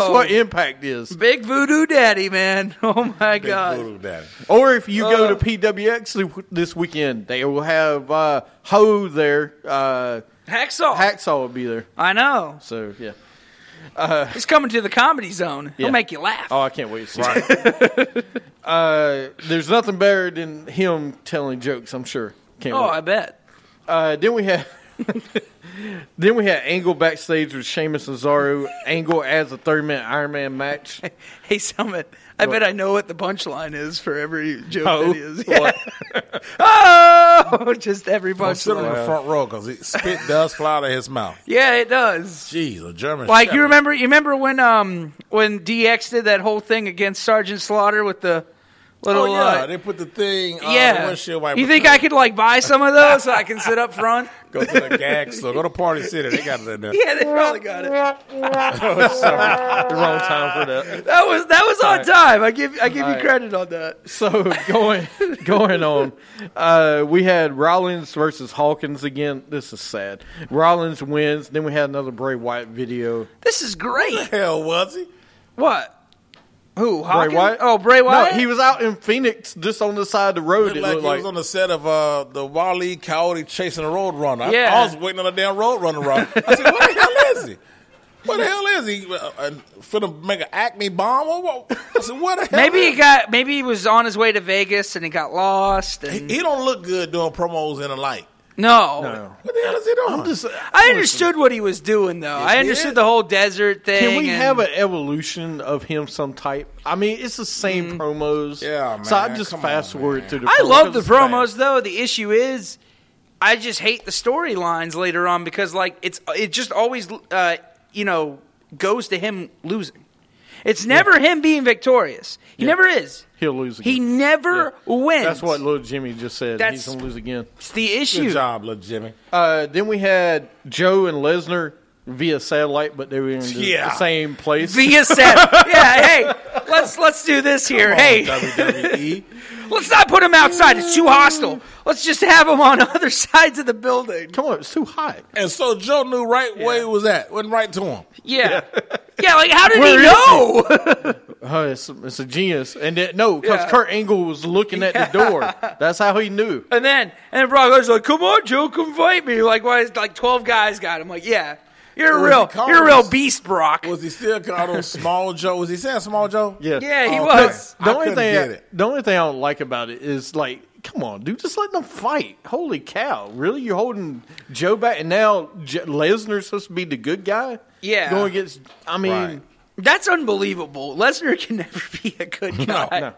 [SPEAKER 5] Oh.
[SPEAKER 6] what Impact is.
[SPEAKER 5] Big voodoo daddy, man. Oh my
[SPEAKER 2] Big
[SPEAKER 5] god.
[SPEAKER 2] voodoo daddy.
[SPEAKER 6] Or if you go
[SPEAKER 5] Uh.
[SPEAKER 6] to PWX this weekend, they will have uh, Ho there. Uh,
[SPEAKER 5] Hacksaw.
[SPEAKER 6] Hacksaw will be there.
[SPEAKER 5] I know.
[SPEAKER 6] So yeah.
[SPEAKER 5] He's coming to the comedy zone.
[SPEAKER 6] Yeah.
[SPEAKER 5] He'll make you laugh.
[SPEAKER 6] Oh, I can't wait to see. Right. uh, there's nothing better than him telling jokes. I'm sure. Can't
[SPEAKER 5] Oh,
[SPEAKER 6] wait.
[SPEAKER 5] I bet.
[SPEAKER 6] Uh, then we had then we had Angle backstage with Sheamus and Cesaro. Angle as a thirty minute Iron Man match.
[SPEAKER 5] Hey Summit, I bet I know what the punchline is for every joke
[SPEAKER 6] Oh.
[SPEAKER 5] that is. Yeah. oh, just every
[SPEAKER 2] I'm sitting in
[SPEAKER 5] punchline.
[SPEAKER 2] the front row because spit does fly out of his mouth.
[SPEAKER 5] Yeah, it does.
[SPEAKER 2] Jeez, a German.
[SPEAKER 5] Like you
[SPEAKER 2] Shepherd.
[SPEAKER 5] remember, you remember when um when DX did that whole thing against Sergeant Slaughter with the little
[SPEAKER 2] Oh yeah,
[SPEAKER 5] uh,
[SPEAKER 2] they put the thing. Uh, yeah, the
[SPEAKER 5] yeah.
[SPEAKER 2] windshield wiper
[SPEAKER 5] You think I could like buy some of those so I can sit up front?
[SPEAKER 2] go to the gag store? Go to Party City. They got it in there.
[SPEAKER 5] Yeah, they probably got it.
[SPEAKER 6] The wrong time for that.
[SPEAKER 5] That was that was on time. I give I give
[SPEAKER 6] All
[SPEAKER 5] you
[SPEAKER 6] right.
[SPEAKER 5] credit on that.
[SPEAKER 6] So going going on, uh, we had Rollins versus Hawkins again. This is sad. Rollins wins. Then we had another Bray Wyatt video.
[SPEAKER 5] This is great.
[SPEAKER 2] Hell was he?
[SPEAKER 5] What? Who?
[SPEAKER 6] Bray
[SPEAKER 5] Hawkins?
[SPEAKER 6] Wyatt?
[SPEAKER 5] Oh, Bray Wyatt.
[SPEAKER 6] No, he was out in Phoenix, just on the side of the
[SPEAKER 2] Looked
[SPEAKER 6] road. it
[SPEAKER 2] like he
[SPEAKER 6] looked like
[SPEAKER 2] was on the set of uh, the Wally Coyote chasing a Roadrunner. I-
[SPEAKER 5] Yeah.
[SPEAKER 2] I, was waiting on a damn Roadrunner run. I said, "What the hell is he? What the hell is he? Uh, uh, finna make an Acme bomb? Or what? I said, "What the hell?"
[SPEAKER 5] maybe
[SPEAKER 2] is
[SPEAKER 5] he got. Maybe he was on his way to Vegas and he got lost. And
[SPEAKER 2] he don't look good doing promos in the light.
[SPEAKER 5] no.
[SPEAKER 2] What the hell is he doing?
[SPEAKER 6] uh,
[SPEAKER 5] I understood what he was doing though. I
[SPEAKER 2] did?
[SPEAKER 5] understood the whole desert thing.
[SPEAKER 6] Can we
[SPEAKER 5] and-
[SPEAKER 6] have an evolution of him some type? I mean, it's the same promos.
[SPEAKER 2] Mm. Yeah,
[SPEAKER 6] So I
[SPEAKER 2] man,
[SPEAKER 6] just
[SPEAKER 2] come
[SPEAKER 6] fast
[SPEAKER 2] on,
[SPEAKER 6] forward
[SPEAKER 2] man.
[SPEAKER 6] through the
[SPEAKER 5] I
[SPEAKER 6] promo
[SPEAKER 5] love
[SPEAKER 6] 'cause
[SPEAKER 5] the
[SPEAKER 6] it's bad.
[SPEAKER 5] promos though. The issue is, I just hate the storylines later on because like it's it just always uh, you know goes to him losing. It's never him being victorious. He
[SPEAKER 6] Yeah.
[SPEAKER 5] never is.
[SPEAKER 6] He'll lose again.
[SPEAKER 5] He never wins.
[SPEAKER 6] That's what little Jimmy just said.
[SPEAKER 5] That's-
[SPEAKER 6] He's going to lose again.
[SPEAKER 5] It's the
[SPEAKER 2] Good
[SPEAKER 5] issue.
[SPEAKER 2] job, little Jimmy.
[SPEAKER 6] Uh, then we had Joe and Lesnar via satellite, but they were in the
[SPEAKER 2] Yeah.
[SPEAKER 6] same place.
[SPEAKER 5] Via said, "Yeah, hey, let's let's do this here. hey,
[SPEAKER 6] E.
[SPEAKER 2] WWE.
[SPEAKER 5] let's not put him outside. It's too hostile. Let's just have him on other sides of the building."
[SPEAKER 6] Come on, it's too hot.
[SPEAKER 2] And so Joe knew right where he was at. Went right to him.
[SPEAKER 5] Yeah, yeah. Like, how did
[SPEAKER 6] Where
[SPEAKER 5] he
[SPEAKER 6] is
[SPEAKER 5] know?
[SPEAKER 6] Oh, it's, it's a genius. And then, no, because
[SPEAKER 5] Yeah.
[SPEAKER 6] Kurt Angle was looking at the door. That's how he knew.
[SPEAKER 5] And then and then Brock Lesnar's like, "Come on, Joe, come fight me!" Like, why? Is, like twelve guys got him. Like, yeah, you're a
[SPEAKER 2] Was
[SPEAKER 5] real,
[SPEAKER 2] he calling
[SPEAKER 5] you're a real
[SPEAKER 2] us-
[SPEAKER 5] beast, Brock.
[SPEAKER 2] Was he still called him Small Joe? Was he saying Small Joe?
[SPEAKER 6] Yeah.
[SPEAKER 5] yeah, he
[SPEAKER 2] Oh,
[SPEAKER 5] was.
[SPEAKER 2] okay.
[SPEAKER 6] The
[SPEAKER 2] I
[SPEAKER 6] only
[SPEAKER 2] couldn't
[SPEAKER 6] thing,
[SPEAKER 2] get it.
[SPEAKER 6] the only thing I don't like about it is like, come on, dude, just let them fight. Holy cow, really? You're holding Joe back, and now J- Lesnar's supposed to be the good guy?
[SPEAKER 5] Yeah.
[SPEAKER 6] going against. I mean,
[SPEAKER 2] Right.
[SPEAKER 5] That's unbelievable. Lesnar can never be a good guy.
[SPEAKER 6] no.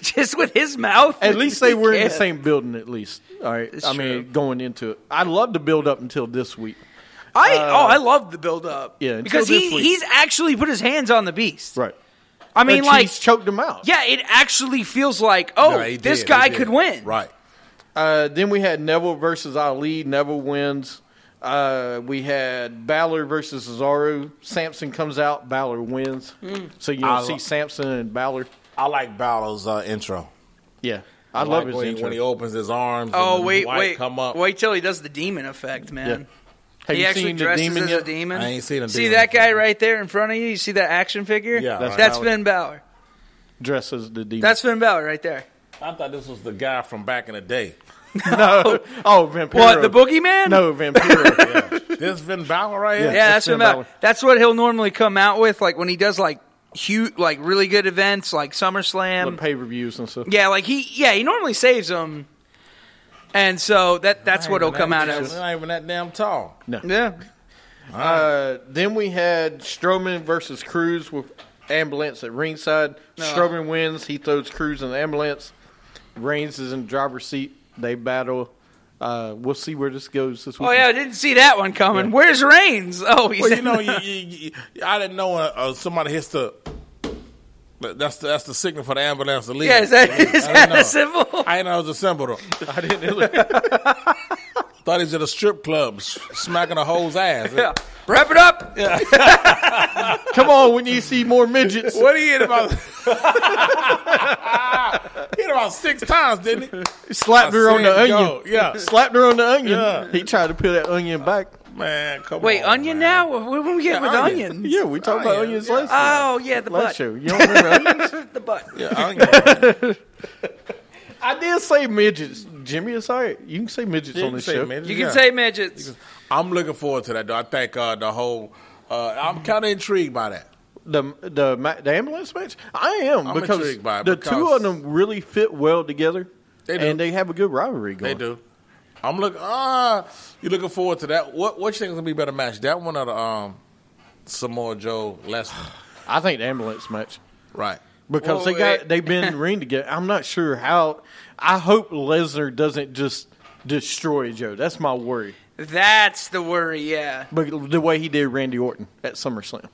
[SPEAKER 5] Just with his mouth.
[SPEAKER 6] at least they
[SPEAKER 5] he
[SPEAKER 6] were in the
[SPEAKER 5] can't.
[SPEAKER 6] same building. At least, all right.
[SPEAKER 5] It's
[SPEAKER 6] I
[SPEAKER 5] true.
[SPEAKER 6] mean, going into it, I love the build up until this week.
[SPEAKER 5] I oh, I love the build up.
[SPEAKER 6] uh, Yeah, until
[SPEAKER 5] because
[SPEAKER 6] this
[SPEAKER 5] he
[SPEAKER 6] week.
[SPEAKER 5] he's actually put his hands on the beast.
[SPEAKER 6] Right.
[SPEAKER 5] I mean, like,
[SPEAKER 6] choked him out.
[SPEAKER 5] yeah, it actually feels like oh,
[SPEAKER 2] No, he
[SPEAKER 5] this
[SPEAKER 2] did, he
[SPEAKER 5] guy
[SPEAKER 2] did.
[SPEAKER 5] could win.
[SPEAKER 2] Right.
[SPEAKER 6] Uh, then we had Neville versus Ali. Neville wins. Uh, we had Balor versus Cesaro. Samson comes out. Balor wins.
[SPEAKER 5] Hmm.
[SPEAKER 6] So you don't
[SPEAKER 2] I
[SPEAKER 6] see
[SPEAKER 2] lo-
[SPEAKER 6] Samson and Balor.
[SPEAKER 2] I like Balor's uh, intro.
[SPEAKER 6] Yeah, I,
[SPEAKER 2] like
[SPEAKER 6] love his
[SPEAKER 2] when, he-
[SPEAKER 6] intro.
[SPEAKER 2] when he opens his arms.
[SPEAKER 5] Oh
[SPEAKER 2] and the
[SPEAKER 5] wait,
[SPEAKER 2] white
[SPEAKER 5] wait,
[SPEAKER 2] come up.
[SPEAKER 5] wait till he does the demon effect, man.
[SPEAKER 6] Have
[SPEAKER 5] he
[SPEAKER 6] you
[SPEAKER 5] actually
[SPEAKER 6] seen the
[SPEAKER 5] dresses
[SPEAKER 6] demon
[SPEAKER 5] as
[SPEAKER 6] yet?
[SPEAKER 5] a demon.
[SPEAKER 2] I ain't seen a
[SPEAKER 5] See
[SPEAKER 2] demon.
[SPEAKER 5] that guy right there in front of you? You see that action figure?
[SPEAKER 2] Yeah,
[SPEAKER 6] That's
[SPEAKER 5] that's
[SPEAKER 6] Balor.
[SPEAKER 5] Finn Balor.
[SPEAKER 6] Dressed as the demon.
[SPEAKER 5] That's Finn Balor right there.
[SPEAKER 2] I thought this was the guy from back in the day.
[SPEAKER 6] no. Oh, Vampiro.
[SPEAKER 5] What the boogeyman?
[SPEAKER 6] No, Vampiro.
[SPEAKER 2] Yeah. this Finn Balor right here.
[SPEAKER 5] Yeah, that's Finn Balor. That's what he'll normally come out with, like when he does like huge, like really good events like SummerSlam.
[SPEAKER 6] Like pay reviews and stuff.
[SPEAKER 5] Yeah, like he yeah he normally saves them, and so that that's what it'll come out
[SPEAKER 2] He's
[SPEAKER 5] as.
[SPEAKER 2] not even that damn tall.
[SPEAKER 5] Yeah,
[SPEAKER 6] Uh, then we had Strowman versus Cruz with ambulance at ringside. Strowman wins. He throws Cruz in the ambulance. Reigns is in the driver's seat. They battle. Uh, we'll see where this goes this week.
[SPEAKER 5] Oh yeah, I didn't see that one coming. Where's Reigns? Oh, he's
[SPEAKER 2] Well, you know, you, you, you, I didn't know uh, uh, somebody hits the. that- That's the that's the signal for the ambulance to leave.
[SPEAKER 5] yeah, is that, is
[SPEAKER 2] I
[SPEAKER 5] that
[SPEAKER 2] know.
[SPEAKER 5] a symbol?
[SPEAKER 2] I didn't know it was a symbol. though.
[SPEAKER 6] I didn't. look.
[SPEAKER 2] Thought he's at a strip club, s- smacking a hoe's ass.
[SPEAKER 5] Yeah. Wrap it up.
[SPEAKER 6] Come on, we need to see more midgets.
[SPEAKER 2] What he hit about? he hit about six times, didn't he?
[SPEAKER 6] Slapped her on the
[SPEAKER 2] I said go,
[SPEAKER 6] onion.
[SPEAKER 2] yeah.
[SPEAKER 6] Slapped her on the onion.
[SPEAKER 2] Yeah.
[SPEAKER 6] He tried to peel that onion back.
[SPEAKER 2] Man, come
[SPEAKER 5] Wait,
[SPEAKER 2] on.
[SPEAKER 5] onion
[SPEAKER 2] man.
[SPEAKER 5] now? What when we get with
[SPEAKER 2] onion.
[SPEAKER 5] onion?
[SPEAKER 6] Yeah, we talked about
[SPEAKER 2] Onion,
[SPEAKER 6] onions
[SPEAKER 2] yeah. Uh,
[SPEAKER 6] last
[SPEAKER 5] Oh yeah, the
[SPEAKER 6] last
[SPEAKER 5] butt.
[SPEAKER 6] show. You don't remember onions?
[SPEAKER 5] The butt.
[SPEAKER 2] Yeah, onion.
[SPEAKER 6] I did say midgets. Jimmy, it's all right. You can say midgets
[SPEAKER 2] You
[SPEAKER 6] on
[SPEAKER 2] can
[SPEAKER 6] this
[SPEAKER 2] say
[SPEAKER 6] show.
[SPEAKER 2] midget,
[SPEAKER 5] You can
[SPEAKER 2] yeah.
[SPEAKER 5] say midgets.
[SPEAKER 2] I'm looking forward to that. though. I think uh, the whole. Uh, I'm kind of intrigued by that.
[SPEAKER 6] the the ma- the ambulance match. I am
[SPEAKER 2] I'm
[SPEAKER 6] because
[SPEAKER 2] intrigued by it
[SPEAKER 6] the two
[SPEAKER 2] because-
[SPEAKER 6] of them really fit well together,
[SPEAKER 2] They do.
[SPEAKER 6] and they have a good rivalry
[SPEAKER 2] They
[SPEAKER 6] going.
[SPEAKER 2] do. I'm look. Ah, you looking forward to that? What What you think is gonna be a better match? That one or the um, Samoa Joe Lesnar?
[SPEAKER 6] I think the ambulance match
[SPEAKER 2] right.
[SPEAKER 5] Well,
[SPEAKER 6] because they got
[SPEAKER 5] it-
[SPEAKER 6] they've been in the ring together. I'm not sure how. I hope Lesnar doesn't just destroy Joe. That's my worry.
[SPEAKER 5] That's the worry. Yeah.
[SPEAKER 6] But the way he did Randy Orton at SummerSlam,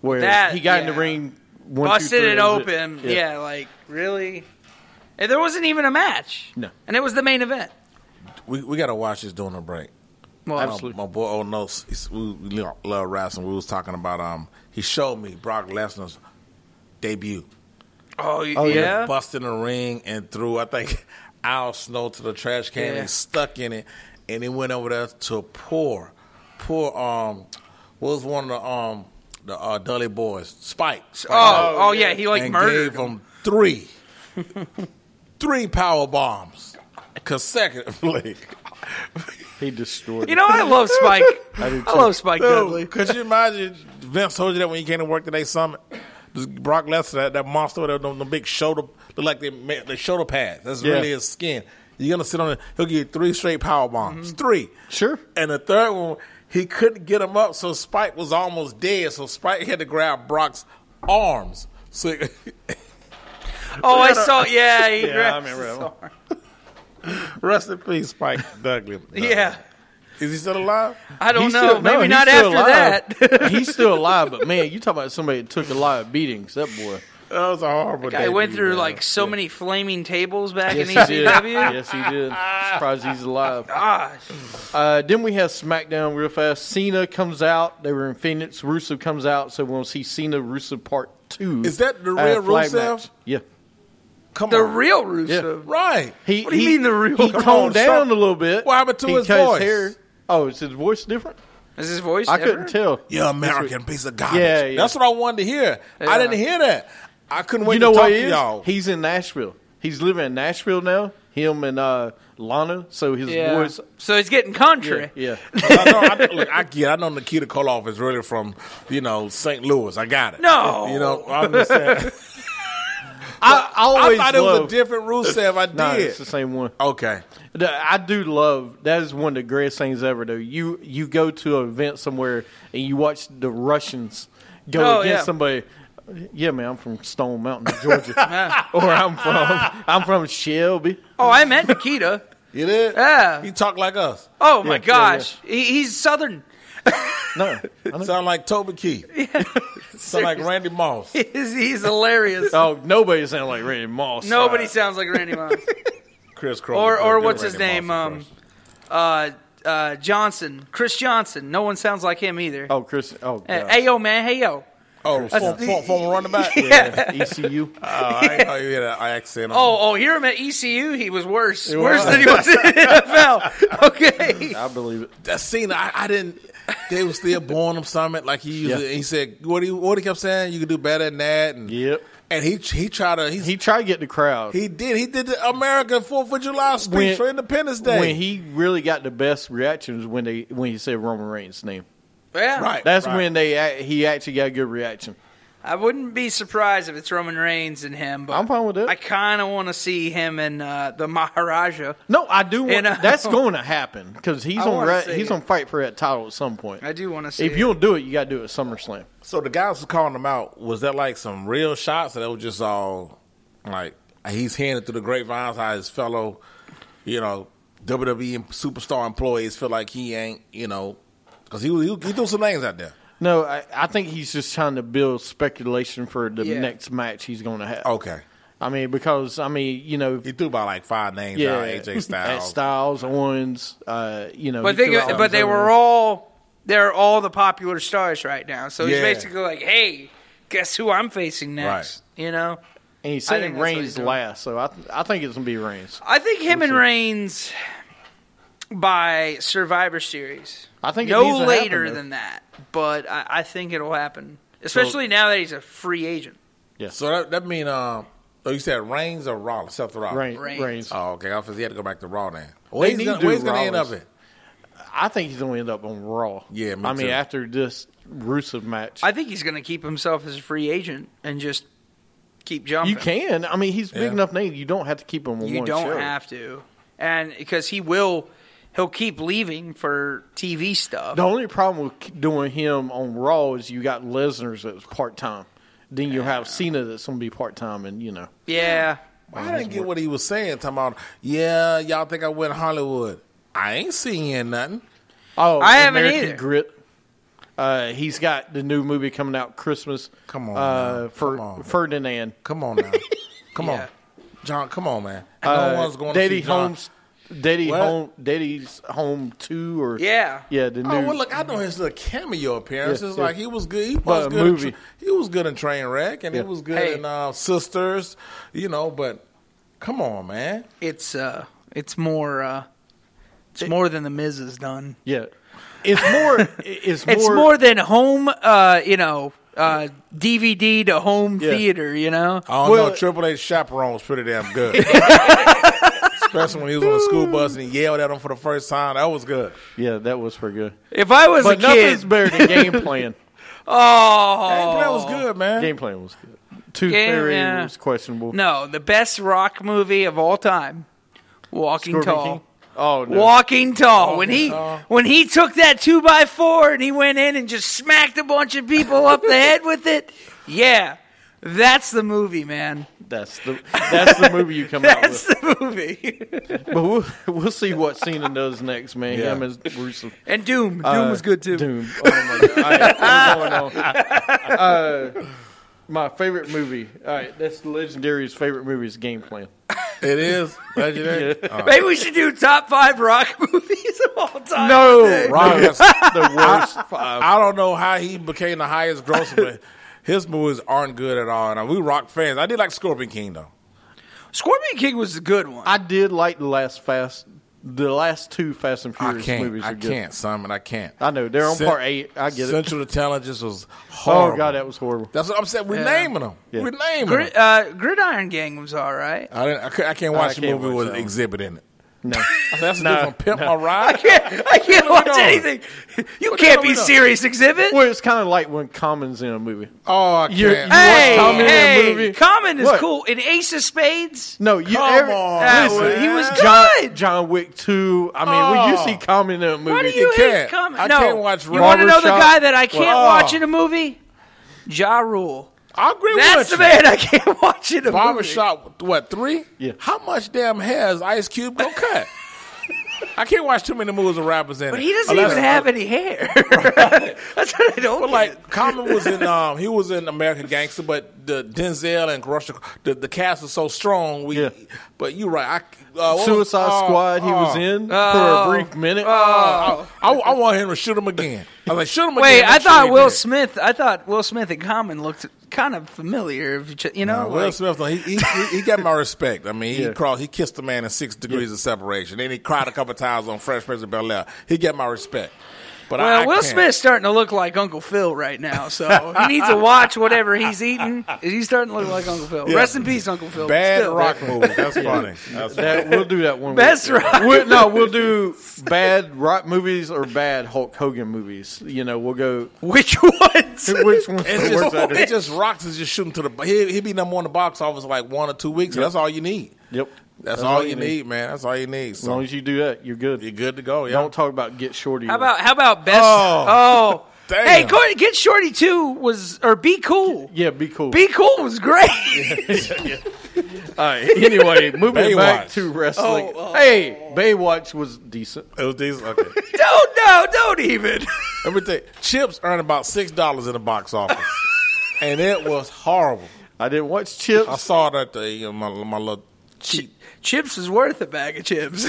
[SPEAKER 6] where
[SPEAKER 5] That-
[SPEAKER 6] he got in the
[SPEAKER 5] yeah.
[SPEAKER 6] ring, one, two,
[SPEAKER 5] Busted
[SPEAKER 6] three,
[SPEAKER 5] it
[SPEAKER 6] that was
[SPEAKER 5] open. Yeah. like really. And there wasn't even a match.
[SPEAKER 6] No.
[SPEAKER 5] And it was the main event.
[SPEAKER 2] We we gotta watch this during a break.
[SPEAKER 5] Well,
[SPEAKER 2] My- My, boy, oh no, he's- we, we lo- love wrestling. We was talking about um. He showed me Brock Lesnar's debut.
[SPEAKER 5] Oh, y-
[SPEAKER 6] yeah.
[SPEAKER 5] yeah.
[SPEAKER 2] busted a ring and threw I think Al Snow to the trash can
[SPEAKER 5] Yeah.
[SPEAKER 2] and stuck in it, and it went over there to poor, poor um, what was one of the um the uh, Dudley boys Spike. Spike
[SPEAKER 5] Oh, oh, yeah. He like
[SPEAKER 2] and
[SPEAKER 5] murdered.
[SPEAKER 2] gave him three, three power bombs consecutively.
[SPEAKER 6] He destroyed.
[SPEAKER 5] You know, I love Spike. I,
[SPEAKER 6] do too.
[SPEAKER 5] love Spike Dudley.
[SPEAKER 2] Dude, could you imagine Vince told you that when you came to work today? Summit, this Brock Lesnar, that, that monster with the, the big shoulder, look like they ma- the shoulder pads. That's
[SPEAKER 6] Yeah.
[SPEAKER 2] really his skin. You're gonna sit on it. He'll give you three straight power bombs,
[SPEAKER 5] Mm-hmm.
[SPEAKER 2] three.
[SPEAKER 6] Sure.
[SPEAKER 2] And the third one, he couldn't get him up, so Spike was almost dead. So Spike had to grab Brock's arms. So
[SPEAKER 5] Oh, I saw. Yeah, he
[SPEAKER 6] I
[SPEAKER 5] grabbed-
[SPEAKER 6] remember that one.
[SPEAKER 2] rest in peace, Spike Dudley.
[SPEAKER 5] Yeah,
[SPEAKER 2] is he still alive?
[SPEAKER 5] I don't
[SPEAKER 6] He's
[SPEAKER 5] know.
[SPEAKER 6] still- no,
[SPEAKER 5] Maybe
[SPEAKER 6] he's
[SPEAKER 5] not after
[SPEAKER 6] still alive.
[SPEAKER 5] that.
[SPEAKER 6] he's still alive, but man, you talk about somebody that took a lot of beatings. That boy.
[SPEAKER 2] That was a horrible.
[SPEAKER 5] I went
[SPEAKER 2] debut,
[SPEAKER 5] through
[SPEAKER 2] man.
[SPEAKER 5] like so many flaming tables back in E
[SPEAKER 6] Yes, he did.
[SPEAKER 5] ECW.
[SPEAKER 6] yes, he did. Surprised he's alive.
[SPEAKER 5] Gosh.
[SPEAKER 6] Uh, then we have SmackDown real fast. Cena comes out. They were in Phoenix. Rusev comes out, so we'll see Cena Rusev part two.
[SPEAKER 2] Is that the
[SPEAKER 6] at a
[SPEAKER 2] real
[SPEAKER 6] flag
[SPEAKER 2] Rusev?
[SPEAKER 6] match. Yeah.
[SPEAKER 2] Come
[SPEAKER 5] The
[SPEAKER 2] on,
[SPEAKER 5] real Rusev.
[SPEAKER 2] right?
[SPEAKER 6] He,
[SPEAKER 5] What do you
[SPEAKER 6] he-
[SPEAKER 5] mean the real-
[SPEAKER 6] He
[SPEAKER 5] Come
[SPEAKER 6] toned
[SPEAKER 2] on,
[SPEAKER 6] down
[SPEAKER 2] stop.
[SPEAKER 6] a little bit.
[SPEAKER 2] What happened to
[SPEAKER 6] He
[SPEAKER 2] his
[SPEAKER 6] cut
[SPEAKER 2] voice?
[SPEAKER 6] hair. Oh, is his voice different?
[SPEAKER 5] Is his voice?
[SPEAKER 6] I
[SPEAKER 5] ever?
[SPEAKER 6] couldn't tell.
[SPEAKER 2] You American piece of garbage.
[SPEAKER 6] Yeah, yeah.
[SPEAKER 2] That's what I wanted to hear. I didn't hear that. I couldn't wait
[SPEAKER 6] you know
[SPEAKER 2] to talk
[SPEAKER 6] what
[SPEAKER 2] to
[SPEAKER 6] he is?
[SPEAKER 2] y'all.
[SPEAKER 6] He's in Nashville. He's living in Nashville now. Him and uh, Lana. So his
[SPEAKER 5] Yeah.
[SPEAKER 6] voice.
[SPEAKER 5] So it's getting country.
[SPEAKER 6] Yeah.
[SPEAKER 2] I know, I, look, I get. I know Nikita Koloff is really from you know St. Louis. I got it.
[SPEAKER 5] No.
[SPEAKER 2] you know I'm just saying.
[SPEAKER 6] I, I
[SPEAKER 2] I
[SPEAKER 6] always
[SPEAKER 2] thought it
[SPEAKER 6] love,
[SPEAKER 2] was a different Rusev. I did.
[SPEAKER 6] Oh, Nah, it's the same one.
[SPEAKER 2] okay,
[SPEAKER 6] The- I do love that is one of the greatest things ever. Though you you go to an event somewhere and you watch the Russians go
[SPEAKER 5] Oh,
[SPEAKER 6] against
[SPEAKER 5] yeah.
[SPEAKER 6] somebody. Yeah, man, I'm from Stone Mountain, Georgia, or I'm from I'm from Shelby.
[SPEAKER 5] Oh, I met Nikita.
[SPEAKER 2] you did.
[SPEAKER 5] Yeah.
[SPEAKER 2] he talked like us.
[SPEAKER 5] Oh my
[SPEAKER 6] Yeah, yeah,
[SPEAKER 5] gosh, He, he's Southern.
[SPEAKER 6] No, I know.
[SPEAKER 2] Sound like Toby Keith. Sound like Randy Moss.
[SPEAKER 5] He's, he's hilarious.
[SPEAKER 6] oh, nobody sound like Randy Moss. Uh,
[SPEAKER 5] Nobody sounds like Randy Moss.
[SPEAKER 2] Chris Cross.
[SPEAKER 5] or or
[SPEAKER 2] Good
[SPEAKER 5] what's his
[SPEAKER 2] Randy
[SPEAKER 5] name?
[SPEAKER 2] Moss
[SPEAKER 5] Um,
[SPEAKER 2] impression.
[SPEAKER 5] uh, uh, Johnson, Chris Johnson. No one sounds like him either.
[SPEAKER 6] Oh, Chris. Oh,
[SPEAKER 5] Uh,
[SPEAKER 6] God.
[SPEAKER 5] hey yo, man. Hey yo.
[SPEAKER 2] oh, former, former, former running back.
[SPEAKER 6] E ECU.
[SPEAKER 2] Oh, I didn't know you had an accent. on.
[SPEAKER 5] Oh, oh, hear him at ECU. He was worse, worse than he was in NFL. Okay.
[SPEAKER 6] I believe it.
[SPEAKER 2] that scene, I, I didn't. They were still born him something like he usually.
[SPEAKER 6] Yeah.
[SPEAKER 2] He said, "What he what he kept saying, you can do better than that." And
[SPEAKER 6] Yep.
[SPEAKER 2] and he he tried to he
[SPEAKER 6] He
[SPEAKER 2] he,
[SPEAKER 6] tried to get the crowd.
[SPEAKER 2] did he did the American Fourth of July speech
[SPEAKER 6] When-
[SPEAKER 2] for Independence Day.
[SPEAKER 6] When he really got the best reactions when they when he said Roman Reigns' name.
[SPEAKER 5] Yeah.
[SPEAKER 2] right,
[SPEAKER 6] That's
[SPEAKER 2] right.
[SPEAKER 6] when they act- he actually got a good reaction.
[SPEAKER 5] I wouldn't be surprised if it's Roman Reigns and him, but
[SPEAKER 6] I'm fine with it. Oh,
[SPEAKER 5] I kind of want to see him and uh, the Maharaja.
[SPEAKER 6] No, I do. Want,
[SPEAKER 5] And, uh,
[SPEAKER 6] that's going to happen because he's
[SPEAKER 5] I
[SPEAKER 6] on
[SPEAKER 5] wanna
[SPEAKER 6] ra-
[SPEAKER 5] see
[SPEAKER 6] he's
[SPEAKER 5] it.
[SPEAKER 6] on fight for that title at some point.
[SPEAKER 5] I do want to see.
[SPEAKER 6] If
[SPEAKER 5] it.
[SPEAKER 6] you don't do it, you got to do it at SummerSlam.
[SPEAKER 2] So the guys who calling him out was that like some real shots, or that was just all like he's hearing it through the grapevines how his fellow, you know, WWE superstar employees feel like he ain't, you know, because he, he he threw some names out there.
[SPEAKER 6] No, I, I think he's just trying to build speculation for the
[SPEAKER 5] Yeah.
[SPEAKER 6] next match he's going to have.
[SPEAKER 2] Okay,
[SPEAKER 6] I mean, because I mean, you know,
[SPEAKER 2] he threw about like five names
[SPEAKER 6] yeah,
[SPEAKER 2] out. AJ
[SPEAKER 6] at
[SPEAKER 2] Styles,
[SPEAKER 6] Styles, Owens, uh, you know,
[SPEAKER 5] but
[SPEAKER 6] he
[SPEAKER 5] they,
[SPEAKER 6] threw out
[SPEAKER 5] but
[SPEAKER 6] his
[SPEAKER 5] they
[SPEAKER 6] own-
[SPEAKER 5] were all they're all the popular stars right now. So he's
[SPEAKER 2] Yeah.
[SPEAKER 5] basically like, hey, guess who I'm facing next? You know,
[SPEAKER 6] And he's
[SPEAKER 5] I think
[SPEAKER 6] saying
[SPEAKER 5] that's what he's
[SPEAKER 6] Reigns
[SPEAKER 5] doing.
[SPEAKER 6] last, so I th- I think it's gonna be Reigns.
[SPEAKER 5] I think him and Reigns by Survivor Series.
[SPEAKER 6] I think it
[SPEAKER 5] no
[SPEAKER 6] needs to happen,
[SPEAKER 5] later
[SPEAKER 6] though.
[SPEAKER 5] than that, but I, I think it'll happen. Especially now that he's a free agent.
[SPEAKER 2] So that that mean um, oh, you said Reigns or Rollins, Seth Rollins.
[SPEAKER 6] Reigns.
[SPEAKER 5] Reigns.
[SPEAKER 6] Reigns.
[SPEAKER 2] Oh, okay. I he had to go back to Raw then. Where's
[SPEAKER 6] need
[SPEAKER 2] he
[SPEAKER 6] to
[SPEAKER 2] gonna,
[SPEAKER 6] do
[SPEAKER 2] where he's gonna end up
[SPEAKER 6] Rollins.
[SPEAKER 2] at?
[SPEAKER 6] I think he's gonna end up on Raw.
[SPEAKER 2] Yeah, me
[SPEAKER 6] I mean,
[SPEAKER 2] too.
[SPEAKER 6] after this Rusev match,
[SPEAKER 5] I think he's going to keep himself as a free agent and just keep jumping.
[SPEAKER 6] you can. I mean, he's big
[SPEAKER 2] Yeah.
[SPEAKER 6] enough name. You don't have to keep him on
[SPEAKER 5] You
[SPEAKER 6] one
[SPEAKER 5] don't
[SPEAKER 6] show.
[SPEAKER 5] have to, and because he will, he'll keep leaving for TV stuff.
[SPEAKER 6] The only problem with k- doing him on Raw is you got Lesnar's that's part time. Then you'll have Cena that's gonna be part time, and you know.
[SPEAKER 5] Yeah,
[SPEAKER 2] I didn't get what he was saying. Talking about, yeah, y'all think I went Hollywood. I ain't seeing nothing.
[SPEAKER 6] Oh,
[SPEAKER 5] I haven't
[SPEAKER 6] American
[SPEAKER 5] either.
[SPEAKER 6] Grit. Uh, he's got the new movie coming out Christmas.
[SPEAKER 2] Come on,
[SPEAKER 6] uh,
[SPEAKER 2] man.
[SPEAKER 6] for
[SPEAKER 2] Come on.
[SPEAKER 6] Ferdinand.
[SPEAKER 2] Come on now. come on. John, come on, man.
[SPEAKER 6] Uh,
[SPEAKER 2] no one's going to
[SPEAKER 6] Daddy
[SPEAKER 2] see John.
[SPEAKER 6] Holmes. Daddy
[SPEAKER 2] What?
[SPEAKER 6] Home. Daddy's Home Two or
[SPEAKER 5] Yeah.
[SPEAKER 6] yeah. The new.
[SPEAKER 2] Oh well, look! I know his little cameo appearances.
[SPEAKER 6] Yeah,
[SPEAKER 2] like
[SPEAKER 6] yeah.
[SPEAKER 2] he was good. He
[SPEAKER 6] But
[SPEAKER 2] was
[SPEAKER 6] a
[SPEAKER 2] good. in
[SPEAKER 6] movie.
[SPEAKER 2] Tra- he was good in Trainwreck, and
[SPEAKER 6] Yeah.
[SPEAKER 2] he was good
[SPEAKER 5] Hey.
[SPEAKER 2] in uh, Sisters. You know, but come on, man.
[SPEAKER 5] it's uh, it's more, uh, it's more than the Miz has done.
[SPEAKER 6] Yeah, it's more. It's more.
[SPEAKER 5] It's more, than home, uh, you know, uh, DVD to home
[SPEAKER 6] Yeah. Uh,
[SPEAKER 5] theater. You know,
[SPEAKER 2] I don't
[SPEAKER 6] Well-
[SPEAKER 2] know. Triple H chaperone was pretty damn good. Especially when he was on the school bus and he yelled at him for the first time. That was good.
[SPEAKER 6] Yeah, that was pretty good.
[SPEAKER 5] if I was
[SPEAKER 6] But
[SPEAKER 5] a kid,
[SPEAKER 6] nothing's better than game plan.
[SPEAKER 5] oh,
[SPEAKER 2] That was good, man.
[SPEAKER 6] Game plan was good. Tooth
[SPEAKER 5] Game-
[SPEAKER 6] Fairy
[SPEAKER 5] yeah.
[SPEAKER 6] was questionable.
[SPEAKER 5] no, the best rock movie of all time, Walking
[SPEAKER 6] Scorpion
[SPEAKER 5] Tall.
[SPEAKER 6] King? Oh no!
[SPEAKER 5] Walking tall. When he when he took that two by four and he went in and just smacked a bunch of people up the head with it. Yeah, that's the movie, man.
[SPEAKER 6] That's the that's the movie you come out
[SPEAKER 5] That's
[SPEAKER 6] with.
[SPEAKER 5] the movie.
[SPEAKER 6] But we'll we'll see what Cena does next, man.
[SPEAKER 2] Yeah.
[SPEAKER 6] Him and Rusev.
[SPEAKER 5] and Doom. Doom
[SPEAKER 6] Uh,
[SPEAKER 5] was good too.
[SPEAKER 6] Doom. Oh my god! All right, we're going on. Uh, my favorite movie. All right, that's legendary's favorite movie is Game Plan.
[SPEAKER 2] It is legendary. Uh,
[SPEAKER 5] Maybe we should do top five rock movies of all time.
[SPEAKER 6] No,
[SPEAKER 2] Rock is-
[SPEAKER 6] the worst five.
[SPEAKER 2] I don't know how he became the highest grosser, but his movies aren't good at all. And we rock fans. I did like Scorpion King though.
[SPEAKER 5] Scorpion King was a good one.
[SPEAKER 6] I did like the last Fast, the last two Fast and
[SPEAKER 2] I
[SPEAKER 6] Furious
[SPEAKER 2] can't.
[SPEAKER 6] movies
[SPEAKER 2] I
[SPEAKER 6] are good.
[SPEAKER 2] can't, Simon. I can't.
[SPEAKER 6] I know they're on
[SPEAKER 2] Cen-
[SPEAKER 6] part eight. I get it.
[SPEAKER 2] Central Intelligence was
[SPEAKER 6] Oh
[SPEAKER 2] horrible.
[SPEAKER 6] god, that was horrible.
[SPEAKER 2] That's what I'm saying. We're naming them.
[SPEAKER 6] Yeah.
[SPEAKER 2] We're naming
[SPEAKER 5] Grid,
[SPEAKER 2] them.
[SPEAKER 5] uh, Gridiron Gang was all right.
[SPEAKER 2] I, didn't, I, cou- I can't watch
[SPEAKER 6] can't
[SPEAKER 2] a movie
[SPEAKER 6] watch
[SPEAKER 2] with
[SPEAKER 6] that one.
[SPEAKER 2] exhibit in it.
[SPEAKER 6] No,
[SPEAKER 2] That's
[SPEAKER 6] No,
[SPEAKER 2] different. Pimp my ride.
[SPEAKER 5] I can't watch
[SPEAKER 2] doing?
[SPEAKER 5] anything. You
[SPEAKER 2] What
[SPEAKER 5] can't
[SPEAKER 2] are we
[SPEAKER 5] be
[SPEAKER 2] doing?
[SPEAKER 5] serious, exhibit.
[SPEAKER 6] well, it's kind of like when Common's in a movie.
[SPEAKER 2] Oh, I
[SPEAKER 6] You're-
[SPEAKER 2] can't.
[SPEAKER 6] you-
[SPEAKER 5] Hey,
[SPEAKER 6] watch Common in a
[SPEAKER 5] hey,
[SPEAKER 6] movie?
[SPEAKER 5] Common is
[SPEAKER 6] What?
[SPEAKER 5] cool. In Ace of Spades,
[SPEAKER 6] No, you
[SPEAKER 2] Come
[SPEAKER 6] every,
[SPEAKER 2] on,
[SPEAKER 5] That
[SPEAKER 2] listen.
[SPEAKER 5] was- he was
[SPEAKER 6] John,
[SPEAKER 5] good.
[SPEAKER 6] John Wick two. I mean, when you
[SPEAKER 2] Oh.
[SPEAKER 6] see Common in a movie,
[SPEAKER 5] Why do you
[SPEAKER 2] You
[SPEAKER 5] hate
[SPEAKER 2] can't.
[SPEAKER 5] Common?
[SPEAKER 2] I
[SPEAKER 5] no.
[SPEAKER 2] can't watch
[SPEAKER 5] You want to know the
[SPEAKER 6] Barbershop?
[SPEAKER 5] guy that I can't
[SPEAKER 2] Well,
[SPEAKER 5] watch
[SPEAKER 2] oh.
[SPEAKER 5] in a movie? Ja Rule.
[SPEAKER 2] I agree
[SPEAKER 5] That's
[SPEAKER 2] with you.
[SPEAKER 5] the man I can't watch in a movie.
[SPEAKER 2] Barbershop, what, three?
[SPEAKER 6] Yeah.
[SPEAKER 2] How much damn hair is Ice Cube going to cut? I can't watch too many movies with rappers in
[SPEAKER 5] But
[SPEAKER 2] it.
[SPEAKER 5] he doesn't
[SPEAKER 2] Unless-
[SPEAKER 5] even have any hair. That's what I don't
[SPEAKER 2] But
[SPEAKER 5] like.
[SPEAKER 2] like Common was in um he was in American Gangster, but the Denzel and Russia the, the cast was so strong. We
[SPEAKER 6] Yeah.
[SPEAKER 2] but you're right. I, uh, what was-
[SPEAKER 6] Suicide
[SPEAKER 2] oh,
[SPEAKER 6] Squad. He was
[SPEAKER 2] oh,
[SPEAKER 6] in
[SPEAKER 5] Oh.
[SPEAKER 6] for a brief minute.
[SPEAKER 2] I, I, I want him to shoot him again. I was like, shoot him
[SPEAKER 5] Wait,
[SPEAKER 2] again.
[SPEAKER 5] I
[SPEAKER 2] Make sure
[SPEAKER 5] thought
[SPEAKER 2] he
[SPEAKER 5] Will
[SPEAKER 2] did.
[SPEAKER 5] Smith. I thought Will Smith and Common looked kind of familiar. if you ch- You know,
[SPEAKER 2] Uh, Will
[SPEAKER 5] like-
[SPEAKER 2] Smith, though, he, he, he- he got my respect. I mean, he
[SPEAKER 6] Yeah.
[SPEAKER 2] crawled, he kissed the man in six degrees of separation. Then he cried a couple times on Fresh Prince of Bel Air. He got my respect. But
[SPEAKER 5] Well,
[SPEAKER 2] I, I
[SPEAKER 5] Will
[SPEAKER 2] can't.
[SPEAKER 5] Smith's starting to look like Uncle Phil right now, so he needs to watch whatever he's eating. He's starting to look like Uncle Phil. Rest in peace, Uncle Phil.
[SPEAKER 2] Bad
[SPEAKER 5] Still.
[SPEAKER 2] rock movie. That's funny. That's funny.
[SPEAKER 6] That, we'll do that one.
[SPEAKER 5] Best
[SPEAKER 6] week.
[SPEAKER 5] rock
[SPEAKER 6] We'll- no, we'll do bad rock movies or bad Hulk Hogan movies. You know, we'll go
[SPEAKER 5] Which ones?
[SPEAKER 6] which one's
[SPEAKER 2] It's
[SPEAKER 6] the
[SPEAKER 2] just,
[SPEAKER 6] worst actor?
[SPEAKER 2] it just rocks is just shooting to the. He he be number one in the box office like one or two weeks. and that's all you need.
[SPEAKER 6] Yep.
[SPEAKER 2] That's, all, you need. man. That's all you need.
[SPEAKER 6] As long
[SPEAKER 2] So
[SPEAKER 6] as you do that, you're good.
[SPEAKER 2] you're good to go. Yeah.
[SPEAKER 6] Don't talk about get shorty.
[SPEAKER 5] How about how about best?
[SPEAKER 2] Oh.
[SPEAKER 5] Oh,
[SPEAKER 2] Damn.
[SPEAKER 5] hey, Courtney, get shorty too was or be cool.
[SPEAKER 6] yeah, be cool.
[SPEAKER 5] Be cool was great.
[SPEAKER 6] All right. Anyway, moving
[SPEAKER 2] Baywatch.
[SPEAKER 6] back to wrestling.
[SPEAKER 5] Oh, oh.
[SPEAKER 6] Hey, Baywatch was decent.
[SPEAKER 2] It was decent. Okay.
[SPEAKER 5] don't no, don't even.
[SPEAKER 2] Everything. Chips earned about six dollars in the box office, and it was horrible.
[SPEAKER 6] I didn't watch
[SPEAKER 2] I
[SPEAKER 6] Chips.
[SPEAKER 2] saw that the you know, my my little cheap.
[SPEAKER 5] Chips is worth a bag of chips.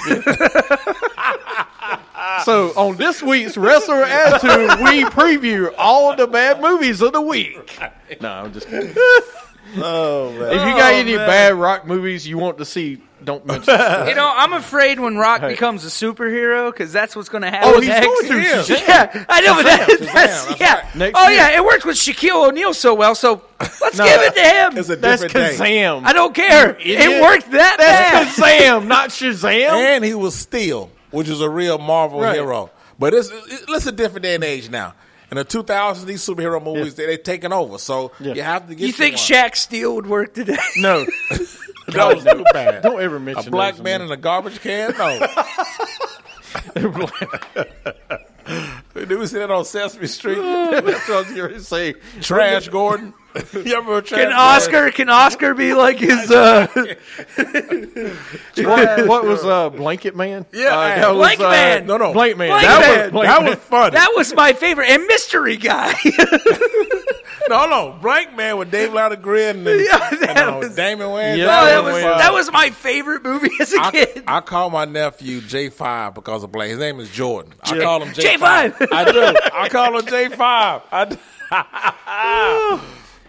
[SPEAKER 6] So on this week's Wrestler Attitude, we preview all the bad movies of the week. No, I'm just kidding.
[SPEAKER 2] Oh man.
[SPEAKER 6] If you got any bad rock movies you want to see, don't mention. it.
[SPEAKER 5] you know, I'm afraid when Rock becomes a superhero because that's what's going to happen.
[SPEAKER 6] Oh, he's
[SPEAKER 5] next.
[SPEAKER 6] going to.
[SPEAKER 2] Yeah.
[SPEAKER 6] Shazam.
[SPEAKER 5] Yeah, I know, but that, that's,
[SPEAKER 2] that's
[SPEAKER 5] yeah.
[SPEAKER 2] right.
[SPEAKER 6] Next
[SPEAKER 5] oh
[SPEAKER 6] year.
[SPEAKER 5] yeah, it worked with Shaquille O'Neal so well, so let's give it to
[SPEAKER 2] It's
[SPEAKER 5] him.
[SPEAKER 2] a
[SPEAKER 6] That's
[SPEAKER 2] different thing.
[SPEAKER 6] Kazam.
[SPEAKER 5] I don't care.
[SPEAKER 6] You
[SPEAKER 5] It
[SPEAKER 6] idiot.
[SPEAKER 5] worked that
[SPEAKER 6] That's
[SPEAKER 5] bad.
[SPEAKER 6] Kazam, not Shazam.
[SPEAKER 2] And he was Steel, which is a real Marvel
[SPEAKER 6] Right.
[SPEAKER 2] hero. But it's it- it's a different day and age now. In the 2000s, these superhero movies they they taking over. So
[SPEAKER 6] Yeah.
[SPEAKER 2] you have to get.
[SPEAKER 5] You think
[SPEAKER 2] one.
[SPEAKER 5] Shaq Steele would work today?
[SPEAKER 6] No,
[SPEAKER 2] That was too bad.
[SPEAKER 6] don't ever
[SPEAKER 2] a
[SPEAKER 6] mention
[SPEAKER 2] black
[SPEAKER 6] those
[SPEAKER 2] man in a garbage can? No. Did we see that on Sesame Street?
[SPEAKER 6] That's what I was going to say.
[SPEAKER 2] Trash Gordon. you remember Trash
[SPEAKER 5] Can
[SPEAKER 2] Gordon?
[SPEAKER 5] Oscar can Oscar be like his uh,
[SPEAKER 6] What, what was uh, Blanket Man?
[SPEAKER 2] Yeah,
[SPEAKER 6] uh,
[SPEAKER 2] hey,
[SPEAKER 5] Blank Man.
[SPEAKER 2] No, no.
[SPEAKER 6] Blank Man.
[SPEAKER 5] Blank
[SPEAKER 6] that
[SPEAKER 5] Man.
[SPEAKER 6] was Blank
[SPEAKER 2] that
[SPEAKER 6] Man.
[SPEAKER 2] was funny.
[SPEAKER 5] that was my favorite and mystery guy.
[SPEAKER 2] no, no. Blank Man with Dave Lautagrin and, and,
[SPEAKER 5] Yeah, that
[SPEAKER 2] uh,
[SPEAKER 5] was-
[SPEAKER 2] Damon Wayans.
[SPEAKER 6] Yeah,
[SPEAKER 5] Oh, that
[SPEAKER 6] one
[SPEAKER 5] was
[SPEAKER 6] way.
[SPEAKER 5] that was my favorite movie as a
[SPEAKER 2] I,
[SPEAKER 5] kid.
[SPEAKER 2] I call my nephew J5 because of Blake. His name is Jordan. I call him J5.
[SPEAKER 5] J5.
[SPEAKER 2] I do. I call him J5. I do.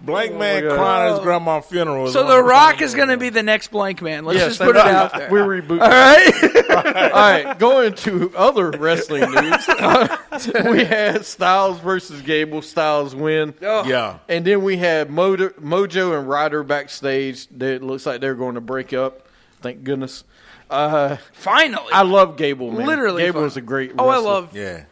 [SPEAKER 2] Blank man
[SPEAKER 6] Oh, God.
[SPEAKER 2] crying at his grandma's funeral. is
[SPEAKER 5] So
[SPEAKER 2] one of
[SPEAKER 5] The Rock is going to be the next Blank Man. Let's
[SPEAKER 6] Yes,
[SPEAKER 5] just put it
[SPEAKER 6] that's-
[SPEAKER 5] out there.
[SPEAKER 6] We reboot.
[SPEAKER 5] All right.
[SPEAKER 6] All right, going to other wrestling news. we had Styles versus Gable. Styles win.
[SPEAKER 5] Oh.
[SPEAKER 2] Yeah.
[SPEAKER 6] And then we had Mojo, Mojo and Ryder backstage. They, it looks like they're going to break up. Thank goodness. Uh,
[SPEAKER 5] Finally.
[SPEAKER 6] I love Gable. Man.
[SPEAKER 5] Literally
[SPEAKER 6] Gable
[SPEAKER 5] fun.
[SPEAKER 6] was a great.
[SPEAKER 5] Oh, I
[SPEAKER 6] wrestler.
[SPEAKER 5] love.
[SPEAKER 2] Yeah.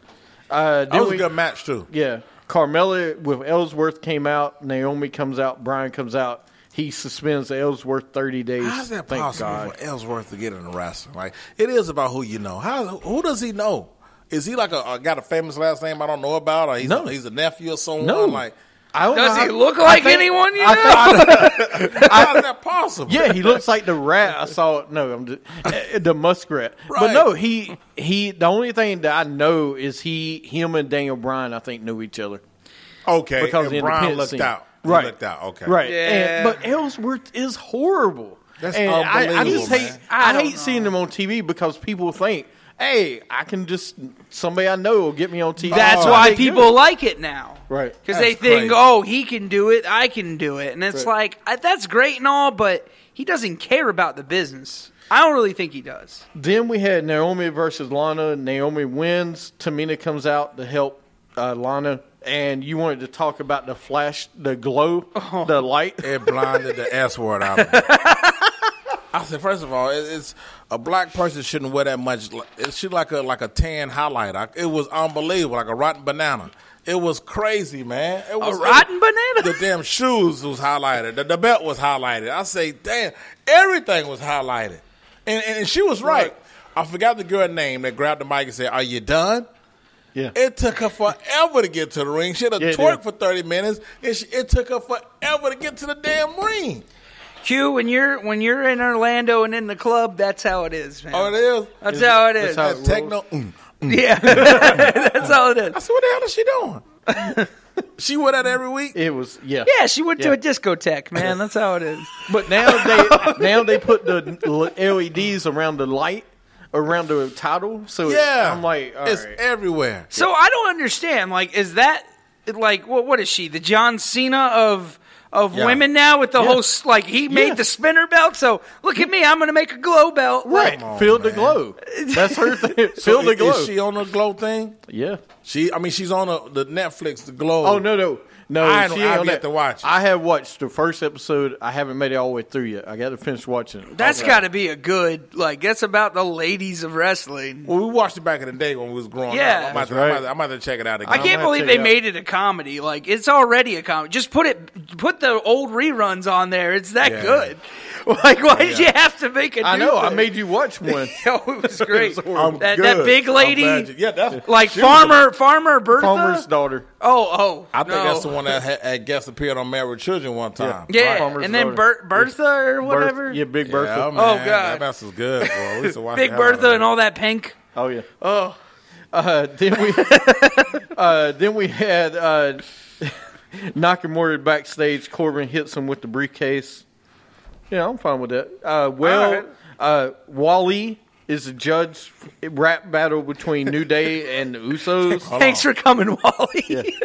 [SPEAKER 6] Uh,
[SPEAKER 2] That
[SPEAKER 6] then
[SPEAKER 2] was
[SPEAKER 6] we,
[SPEAKER 2] a good match, too.
[SPEAKER 6] yeah, Carmella with Ellsworth came out. Naomi comes out. Brian comes out. He suspends Ellsworth thirty days.
[SPEAKER 2] How's that
[SPEAKER 6] Thank
[SPEAKER 2] possible
[SPEAKER 6] God.
[SPEAKER 2] for Ellsworth to get in the wrestling? Like it is about who you know. How who does he know? Is he like a, a got a famous last name I don't know about, or he's
[SPEAKER 6] No.
[SPEAKER 2] a, he's a nephew or someone?
[SPEAKER 6] No.
[SPEAKER 2] Like
[SPEAKER 6] I don't
[SPEAKER 5] Does
[SPEAKER 6] know
[SPEAKER 5] he
[SPEAKER 6] how-
[SPEAKER 5] look
[SPEAKER 6] I
[SPEAKER 5] like
[SPEAKER 6] think-
[SPEAKER 5] anyone you
[SPEAKER 6] I
[SPEAKER 5] know?
[SPEAKER 6] think-
[SPEAKER 2] how's that possible?
[SPEAKER 6] Yeah, he looks like the rat I saw. No, I'm just, eh, the muskrat. But
[SPEAKER 2] Right.
[SPEAKER 6] no, he he. The only thing that I know is he, him, and Daniel Bryan. I think knew each other
[SPEAKER 2] Okay.
[SPEAKER 6] because
[SPEAKER 2] and
[SPEAKER 6] the
[SPEAKER 2] Brian
[SPEAKER 6] independent
[SPEAKER 2] looked
[SPEAKER 6] scene.
[SPEAKER 2] out. He
[SPEAKER 6] Right,
[SPEAKER 2] looked out. Okay.
[SPEAKER 6] Right.
[SPEAKER 5] Yeah.
[SPEAKER 6] And- but Ellsworth is horrible.
[SPEAKER 2] That's
[SPEAKER 6] and I, I
[SPEAKER 2] unbelievable,
[SPEAKER 6] just hate.
[SPEAKER 2] man.
[SPEAKER 5] I
[SPEAKER 6] I,
[SPEAKER 5] don't
[SPEAKER 6] hate
[SPEAKER 5] know.
[SPEAKER 6] seeing them on TV because people think, "Hey, I can just somebody I know will get me on TV."
[SPEAKER 5] That's
[SPEAKER 6] Oh.
[SPEAKER 5] why
[SPEAKER 6] They do.
[SPEAKER 5] people like it now.
[SPEAKER 6] Right.
[SPEAKER 5] Because they
[SPEAKER 2] That's
[SPEAKER 5] think,
[SPEAKER 2] crazy.
[SPEAKER 5] oh, he can do it, I can do it. And it's
[SPEAKER 6] Right.
[SPEAKER 5] like, I, that's great and all, but he doesn't care about the business. I don't really think he does.
[SPEAKER 6] Then we had Naomi versus Lana. Naomi wins. Tamina comes out to help uh, Lana. And you wanted to talk about the flash, the glow, the light.
[SPEAKER 2] It blinded the S word out of me. I said, first of all, it, it's a black person shouldn't wear that much. li- It should like a like a tan highlighter. It was unbelievable, like a rotten banana. It was crazy, man. It
[SPEAKER 5] A
[SPEAKER 2] was
[SPEAKER 5] rotten banana.
[SPEAKER 2] the damn shoes was highlighted. The, the belt was highlighted. I say, damn, everything was highlighted. And, and she was right. I forgot the girl name that grabbed the mic and said, "Are you done?"
[SPEAKER 6] Yeah.
[SPEAKER 2] It took her forever to get to the ring. She had a
[SPEAKER 6] Yeah, it
[SPEAKER 2] twerk
[SPEAKER 6] did.
[SPEAKER 2] for thirty minutes, and she, it took her forever to get to the damn ring.
[SPEAKER 5] Q, when you're when you're in Orlando and in the club, that's how it is, man.
[SPEAKER 2] Oh, it is.
[SPEAKER 5] That's how it is.
[SPEAKER 6] that's how
[SPEAKER 2] That techno. Mm.
[SPEAKER 5] yeah, that's how it
[SPEAKER 2] I
[SPEAKER 5] is.
[SPEAKER 2] said, what the hell is she doing? she wear that every week.
[SPEAKER 6] It was yeah.
[SPEAKER 5] Yeah, she went to
[SPEAKER 6] Yeah.
[SPEAKER 5] a discotheque, man. That's how it is.
[SPEAKER 6] But now they now they put the l- LEDs around the light around the title. So
[SPEAKER 2] Yeah,
[SPEAKER 6] it, I'm like, all
[SPEAKER 2] it's
[SPEAKER 6] right.
[SPEAKER 2] everywhere.
[SPEAKER 5] So I don't understand. Like, is that like what? What is she? The John Cena of of
[SPEAKER 2] Yeah.
[SPEAKER 5] women now with the whole s like he made the spinner belt. So look at me, I'm gonna make a glow belt.
[SPEAKER 6] Right.
[SPEAKER 2] on,
[SPEAKER 6] Feel the
[SPEAKER 2] man.
[SPEAKER 6] glow. That's her thing. Feel
[SPEAKER 2] So
[SPEAKER 6] the
[SPEAKER 2] is,
[SPEAKER 6] glow.
[SPEAKER 2] is she on the glow thing?
[SPEAKER 6] yeah.
[SPEAKER 2] She, I mean, she's on the, the Netflix, the glow.
[SPEAKER 6] Oh no no no!
[SPEAKER 2] I
[SPEAKER 6] she
[SPEAKER 2] don't-
[SPEAKER 6] ain't
[SPEAKER 2] I've
[SPEAKER 6] on
[SPEAKER 2] yet
[SPEAKER 6] that.
[SPEAKER 2] to watch it.
[SPEAKER 6] I have watched the first episode. I haven't made it all the way through yet. I got to finish watching it.
[SPEAKER 5] That's got to be a good like. That's about the ladies of wrestling.
[SPEAKER 2] Well, we watched it back in the day when we was growing
[SPEAKER 5] Yeah.
[SPEAKER 2] up. I'm about, to,
[SPEAKER 6] That's right.
[SPEAKER 2] I'm, about to, I'm about to check it out again.
[SPEAKER 5] I can't
[SPEAKER 6] gonna
[SPEAKER 5] believe
[SPEAKER 6] check
[SPEAKER 5] they
[SPEAKER 6] it out.
[SPEAKER 5] made it a comedy. Like it's already a comedy. Just put it, put the old reruns on there. It's that
[SPEAKER 2] Yeah.
[SPEAKER 5] good. Like why did you have to make a?
[SPEAKER 6] I
[SPEAKER 5] new
[SPEAKER 6] know. I
[SPEAKER 5] thing?
[SPEAKER 6] made you watch one.
[SPEAKER 5] Yo, it was great.
[SPEAKER 2] I'm
[SPEAKER 5] that,
[SPEAKER 2] good.
[SPEAKER 5] that big
[SPEAKER 2] I'm glad you-
[SPEAKER 5] lady,
[SPEAKER 2] yeah, that's.
[SPEAKER 5] like farmer, farmer Bertha.
[SPEAKER 6] Palmer's daughter.
[SPEAKER 5] oh, oh,
[SPEAKER 2] I think
[SPEAKER 5] no.
[SPEAKER 2] that's the one that had, had guest appeared on Married with Children one time.
[SPEAKER 5] Yeah,
[SPEAKER 6] Palmer's
[SPEAKER 5] and then
[SPEAKER 6] daughter.
[SPEAKER 5] Ber- Bertha or
[SPEAKER 6] Bertha-
[SPEAKER 5] whatever.
[SPEAKER 6] yeah, Big
[SPEAKER 2] Yeah,
[SPEAKER 6] Bertha.
[SPEAKER 2] man,
[SPEAKER 5] Oh, God.
[SPEAKER 2] that mess was good, bro. We used to watch
[SPEAKER 5] Big
[SPEAKER 2] the hell out of
[SPEAKER 5] Bertha and
[SPEAKER 2] it.
[SPEAKER 5] all that pink.
[SPEAKER 6] Oh yeah. Oh. Uh, then we uh, then we had uh, Nakamura backstage. Corbin hits him with the briefcase. Yeah, I'm fine with that. Uh, well,
[SPEAKER 5] All right.
[SPEAKER 6] uh, Wally is the judge rap battle between New Day and the Usos.
[SPEAKER 2] Hold
[SPEAKER 5] Thanks
[SPEAKER 2] on.
[SPEAKER 5] for coming, Wally.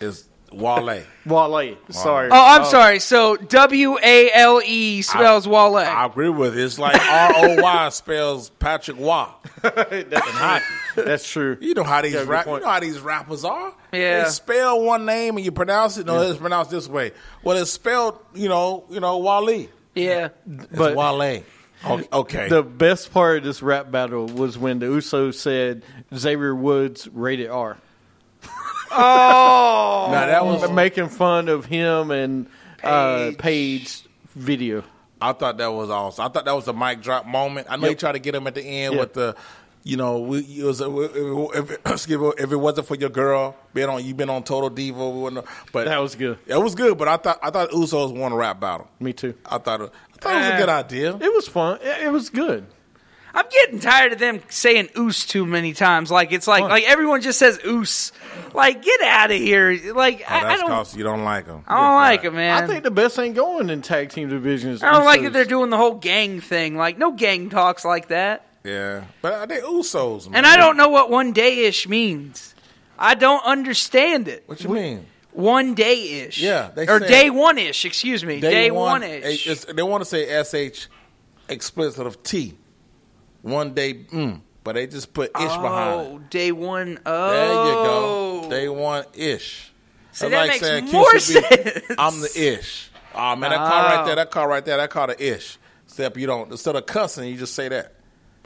[SPEAKER 2] It's Wale.
[SPEAKER 6] Wally, sorry.
[SPEAKER 5] Oh, I'm sorry. So W A L E spells Wale.
[SPEAKER 2] I agree with it. It's like R O Y spells Patrick Waugh.
[SPEAKER 6] That's true.
[SPEAKER 2] You know how these
[SPEAKER 6] good
[SPEAKER 2] rap, you
[SPEAKER 6] point.
[SPEAKER 2] know how these rappers are.
[SPEAKER 5] Yeah.
[SPEAKER 2] They spell one name and you pronounce it. No, it's pronounced this way. Well, it's spelled, you know, you know, Wale.
[SPEAKER 5] yeah.
[SPEAKER 2] It's
[SPEAKER 6] But-
[SPEAKER 2] Wale. O- Okay.
[SPEAKER 6] The best part of this rap battle was when the Usos said Xavier Woods rated R.
[SPEAKER 2] now that
[SPEAKER 5] Oh.
[SPEAKER 2] was
[SPEAKER 6] making fun of him and uh, Paige's video.
[SPEAKER 2] I thought that was awesome. I thought that was a mic drop moment. I know you
[SPEAKER 6] Yep.
[SPEAKER 2] tried to get him at the end
[SPEAKER 6] Yeah.
[SPEAKER 2] with the, you know, we, it was, if, if, excuse me, if it wasn't for your girl being on, you been on Total Diva, we wouldn't. Have, but
[SPEAKER 6] That was good.
[SPEAKER 2] It was good, but I thought I thought Usos won a rap battle.
[SPEAKER 6] Me too.
[SPEAKER 2] I thought it, I thought
[SPEAKER 5] Ah.
[SPEAKER 2] it was a good idea. Oh,
[SPEAKER 6] It was fun. It, it was good.
[SPEAKER 5] I'm getting tired of them saying oos too many times. Like it's like like everyone just says oos. Like get out of here. Like
[SPEAKER 2] Oh,
[SPEAKER 5] I, I
[SPEAKER 2] that's
[SPEAKER 5] don't.
[SPEAKER 2] because you don't like them.
[SPEAKER 5] I don't like it, man.
[SPEAKER 6] I think the best thing going in tag team divisions.
[SPEAKER 5] I don't like that they're doing the whole gang thing. Like, no gang talks like that.
[SPEAKER 2] Yeah, but are they Usos, man?
[SPEAKER 5] And I don't know what one day ish means. I don't understand it.
[SPEAKER 2] What you mean?
[SPEAKER 5] One day ish.
[SPEAKER 2] Yeah, they
[SPEAKER 5] or
[SPEAKER 2] said-
[SPEAKER 5] day one ish, excuse me. Day one
[SPEAKER 2] eh,
[SPEAKER 5] ish.
[SPEAKER 2] it's- They want to say sh explicit of t. One day, mm, but they just put ish behind it.
[SPEAKER 5] Oh, day one.
[SPEAKER 2] There
[SPEAKER 5] Oh.
[SPEAKER 2] you go. They want ish.
[SPEAKER 5] See, that
[SPEAKER 2] That's saying
[SPEAKER 5] makes more
[SPEAKER 2] QCB,
[SPEAKER 5] sense.
[SPEAKER 2] I'm the ish. Oh man, that car right there, that car right there, that car the ish. Except you don't instead of cussing, you just say that.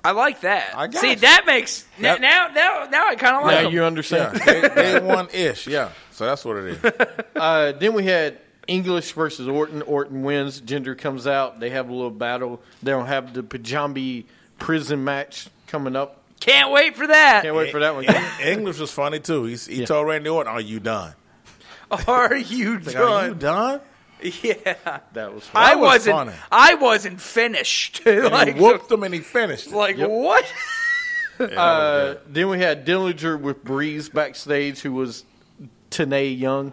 [SPEAKER 5] I like that.
[SPEAKER 2] I got
[SPEAKER 5] See,
[SPEAKER 2] you.
[SPEAKER 5] that makes. n-
[SPEAKER 2] That-
[SPEAKER 5] now, now, now I kind of like
[SPEAKER 6] Now
[SPEAKER 5] 'em.
[SPEAKER 6] you
[SPEAKER 2] Yeah,
[SPEAKER 6] understand.
[SPEAKER 2] they, they want ish. Yeah, so that's what it is.
[SPEAKER 6] Uh, then we had English versus Orton. Orton wins. Gender comes out. They have a little battle. They don't have the pajambi prison match coming up.
[SPEAKER 5] Can't wait for that.
[SPEAKER 6] Can't wait for that one.
[SPEAKER 2] English was funny too. He, he told Randy Orton, "Are you done?
[SPEAKER 5] Are you
[SPEAKER 2] Like, Are you
[SPEAKER 5] done?
[SPEAKER 2] done?"
[SPEAKER 5] Yeah.
[SPEAKER 6] That was fun.
[SPEAKER 5] I
[SPEAKER 2] was
[SPEAKER 5] wasn't.
[SPEAKER 2] funny.
[SPEAKER 5] I wasn't finished.
[SPEAKER 2] He
[SPEAKER 5] like,
[SPEAKER 2] whooped him and he finished.
[SPEAKER 5] like what?
[SPEAKER 6] Uh, then we had Dillinger with Breeze backstage, who was Tanae Young.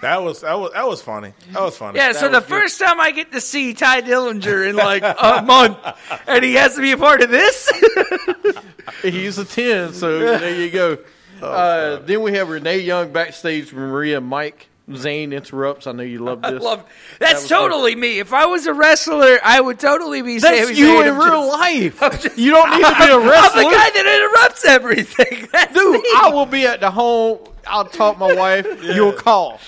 [SPEAKER 2] That was that was that was funny. That was funny.
[SPEAKER 5] Yeah, so the first time I get to see Ty Dillinger in like a month, and he has to be a part of this.
[SPEAKER 6] He's a 10, so there you go. Uh, then we have Renee Young backstage with Maria and Mike. Zane interrupts. I know you love this.
[SPEAKER 5] Love that's
[SPEAKER 6] was
[SPEAKER 5] totally me. If I was a wrestler, I would totally be. Sami Zayn. I'm just-
[SPEAKER 6] life.
[SPEAKER 5] I'm just-
[SPEAKER 6] You don't need to be a
[SPEAKER 5] I'm the
[SPEAKER 6] wrestler.
[SPEAKER 5] guy that interrupts everything. That's
[SPEAKER 6] Dude,
[SPEAKER 5] me.
[SPEAKER 6] I will be at the home. I'll talk my wife. You'll call.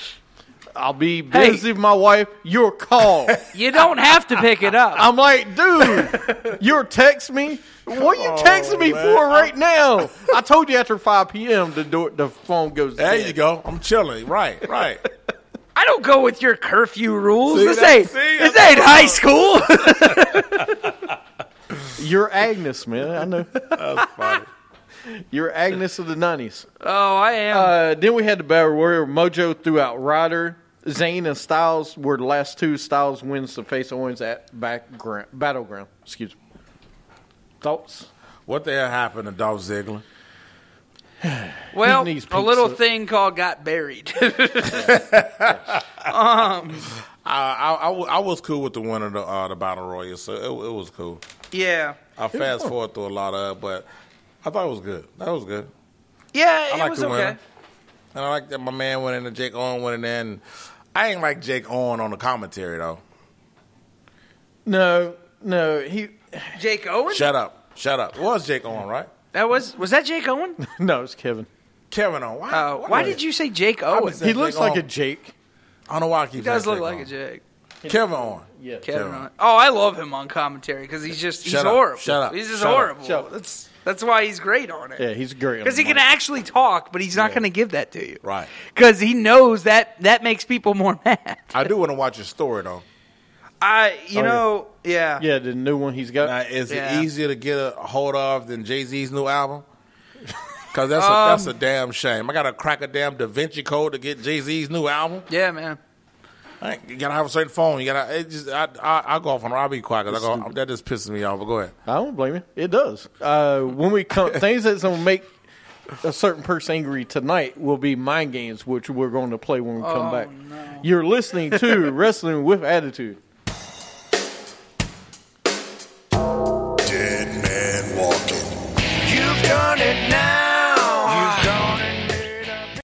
[SPEAKER 6] I'll be
[SPEAKER 5] Hey.
[SPEAKER 6] busy with my wife. You'll call.
[SPEAKER 5] you don't have to pick it up.
[SPEAKER 6] I'm like, dude, you're text me. What are you texting me
[SPEAKER 2] man.
[SPEAKER 6] for right now? I told you after 5 p.m. the door, the phone goes.
[SPEAKER 2] there
[SPEAKER 6] dead.
[SPEAKER 2] you go. I'm chilling. Right, right.
[SPEAKER 5] I don't go with your curfew rules.
[SPEAKER 2] See,
[SPEAKER 5] this
[SPEAKER 2] that-
[SPEAKER 5] ain't
[SPEAKER 2] see,
[SPEAKER 5] this
[SPEAKER 2] that's-
[SPEAKER 5] ain't high school.
[SPEAKER 6] You're Agnes, man. I know.
[SPEAKER 2] That's funny.
[SPEAKER 6] You're Agnes of the nineties.
[SPEAKER 5] oh, I am.
[SPEAKER 6] Uh, then we had the Battle Warrior. Mojo threw out Ryder. Zane and Styles were the last two. Styles wins the face Owens at background, battleground. Excuse me. Thoughts?
[SPEAKER 2] What the hell happened to Dolph Ziggler?
[SPEAKER 5] well,
[SPEAKER 6] he needs
[SPEAKER 5] a little
[SPEAKER 6] pizza.
[SPEAKER 5] thing called got buried.
[SPEAKER 2] I, I, I wa- I was cool with the winner of the, uh, the Battle Royal, so it, it was cool.
[SPEAKER 5] yeah.
[SPEAKER 2] I fast forward through a lot of it, but I thought it was good. That was good.
[SPEAKER 5] Yeah,
[SPEAKER 2] I
[SPEAKER 5] it
[SPEAKER 2] like
[SPEAKER 5] was
[SPEAKER 2] the
[SPEAKER 5] okay.
[SPEAKER 2] winner. And I like that my man went in and Jake Owen went in there and I ain't like Jake Owen on the commentary though.
[SPEAKER 6] No, no, he.
[SPEAKER 5] Jake Owen?
[SPEAKER 2] Shut up. Shut up. It was Jake Owen, right?
[SPEAKER 5] that was was that Jake Owen?
[SPEAKER 6] No, it's Kevin.
[SPEAKER 2] Kevin Owen. Why,
[SPEAKER 5] Oh, why did you say Jake Owen?
[SPEAKER 2] was-
[SPEAKER 5] He
[SPEAKER 6] He looks
[SPEAKER 2] Jake
[SPEAKER 6] like
[SPEAKER 2] Owen.
[SPEAKER 6] a Jake.
[SPEAKER 2] I don't know why I keep
[SPEAKER 5] does
[SPEAKER 2] saying
[SPEAKER 5] look like a
[SPEAKER 2] Owen.
[SPEAKER 5] Jake.
[SPEAKER 2] Kevin Owen.
[SPEAKER 6] Yeah.
[SPEAKER 5] Kevin.
[SPEAKER 2] Kevin.
[SPEAKER 5] Owen. Oh, I love him on commentary because he's just he's
[SPEAKER 2] Shut up.
[SPEAKER 5] horrible.
[SPEAKER 2] Shut up.
[SPEAKER 5] He's just
[SPEAKER 2] Shut up.
[SPEAKER 5] horrible.
[SPEAKER 6] Shut up.
[SPEAKER 5] That's that's why he's great on it.
[SPEAKER 6] Yeah, he's great. on
[SPEAKER 5] Because
[SPEAKER 6] the
[SPEAKER 5] he can
[SPEAKER 6] mic.
[SPEAKER 5] actually talk, but he's not going to give that to you.
[SPEAKER 2] Right.
[SPEAKER 5] Because he knows that that makes people more mad.
[SPEAKER 2] I do want to watch your story though.
[SPEAKER 5] I, you
[SPEAKER 6] Oh, yeah.
[SPEAKER 5] know, yeah.
[SPEAKER 6] Yeah, the new one he's got.
[SPEAKER 2] Now, is
[SPEAKER 5] Yeah.
[SPEAKER 2] it easier to get a hold of than Jay Z's new album? Because that's a, that's a damn shame. I got to crack a damn Da Vinci Code to get Jay Z's new album.
[SPEAKER 5] Yeah, man.
[SPEAKER 2] I ain't- you gotta have a certain phone. You gotta. It just, I, I I go off on Robbie quiet 'cause I go. That just pisses me off. But go ahead.
[SPEAKER 6] I don't blame you. It does. Uh, when we come, things that's gonna make a certain person angry tonight will be mind games, which we're going to play when we come back. You're listening to Wrestling with Attitude.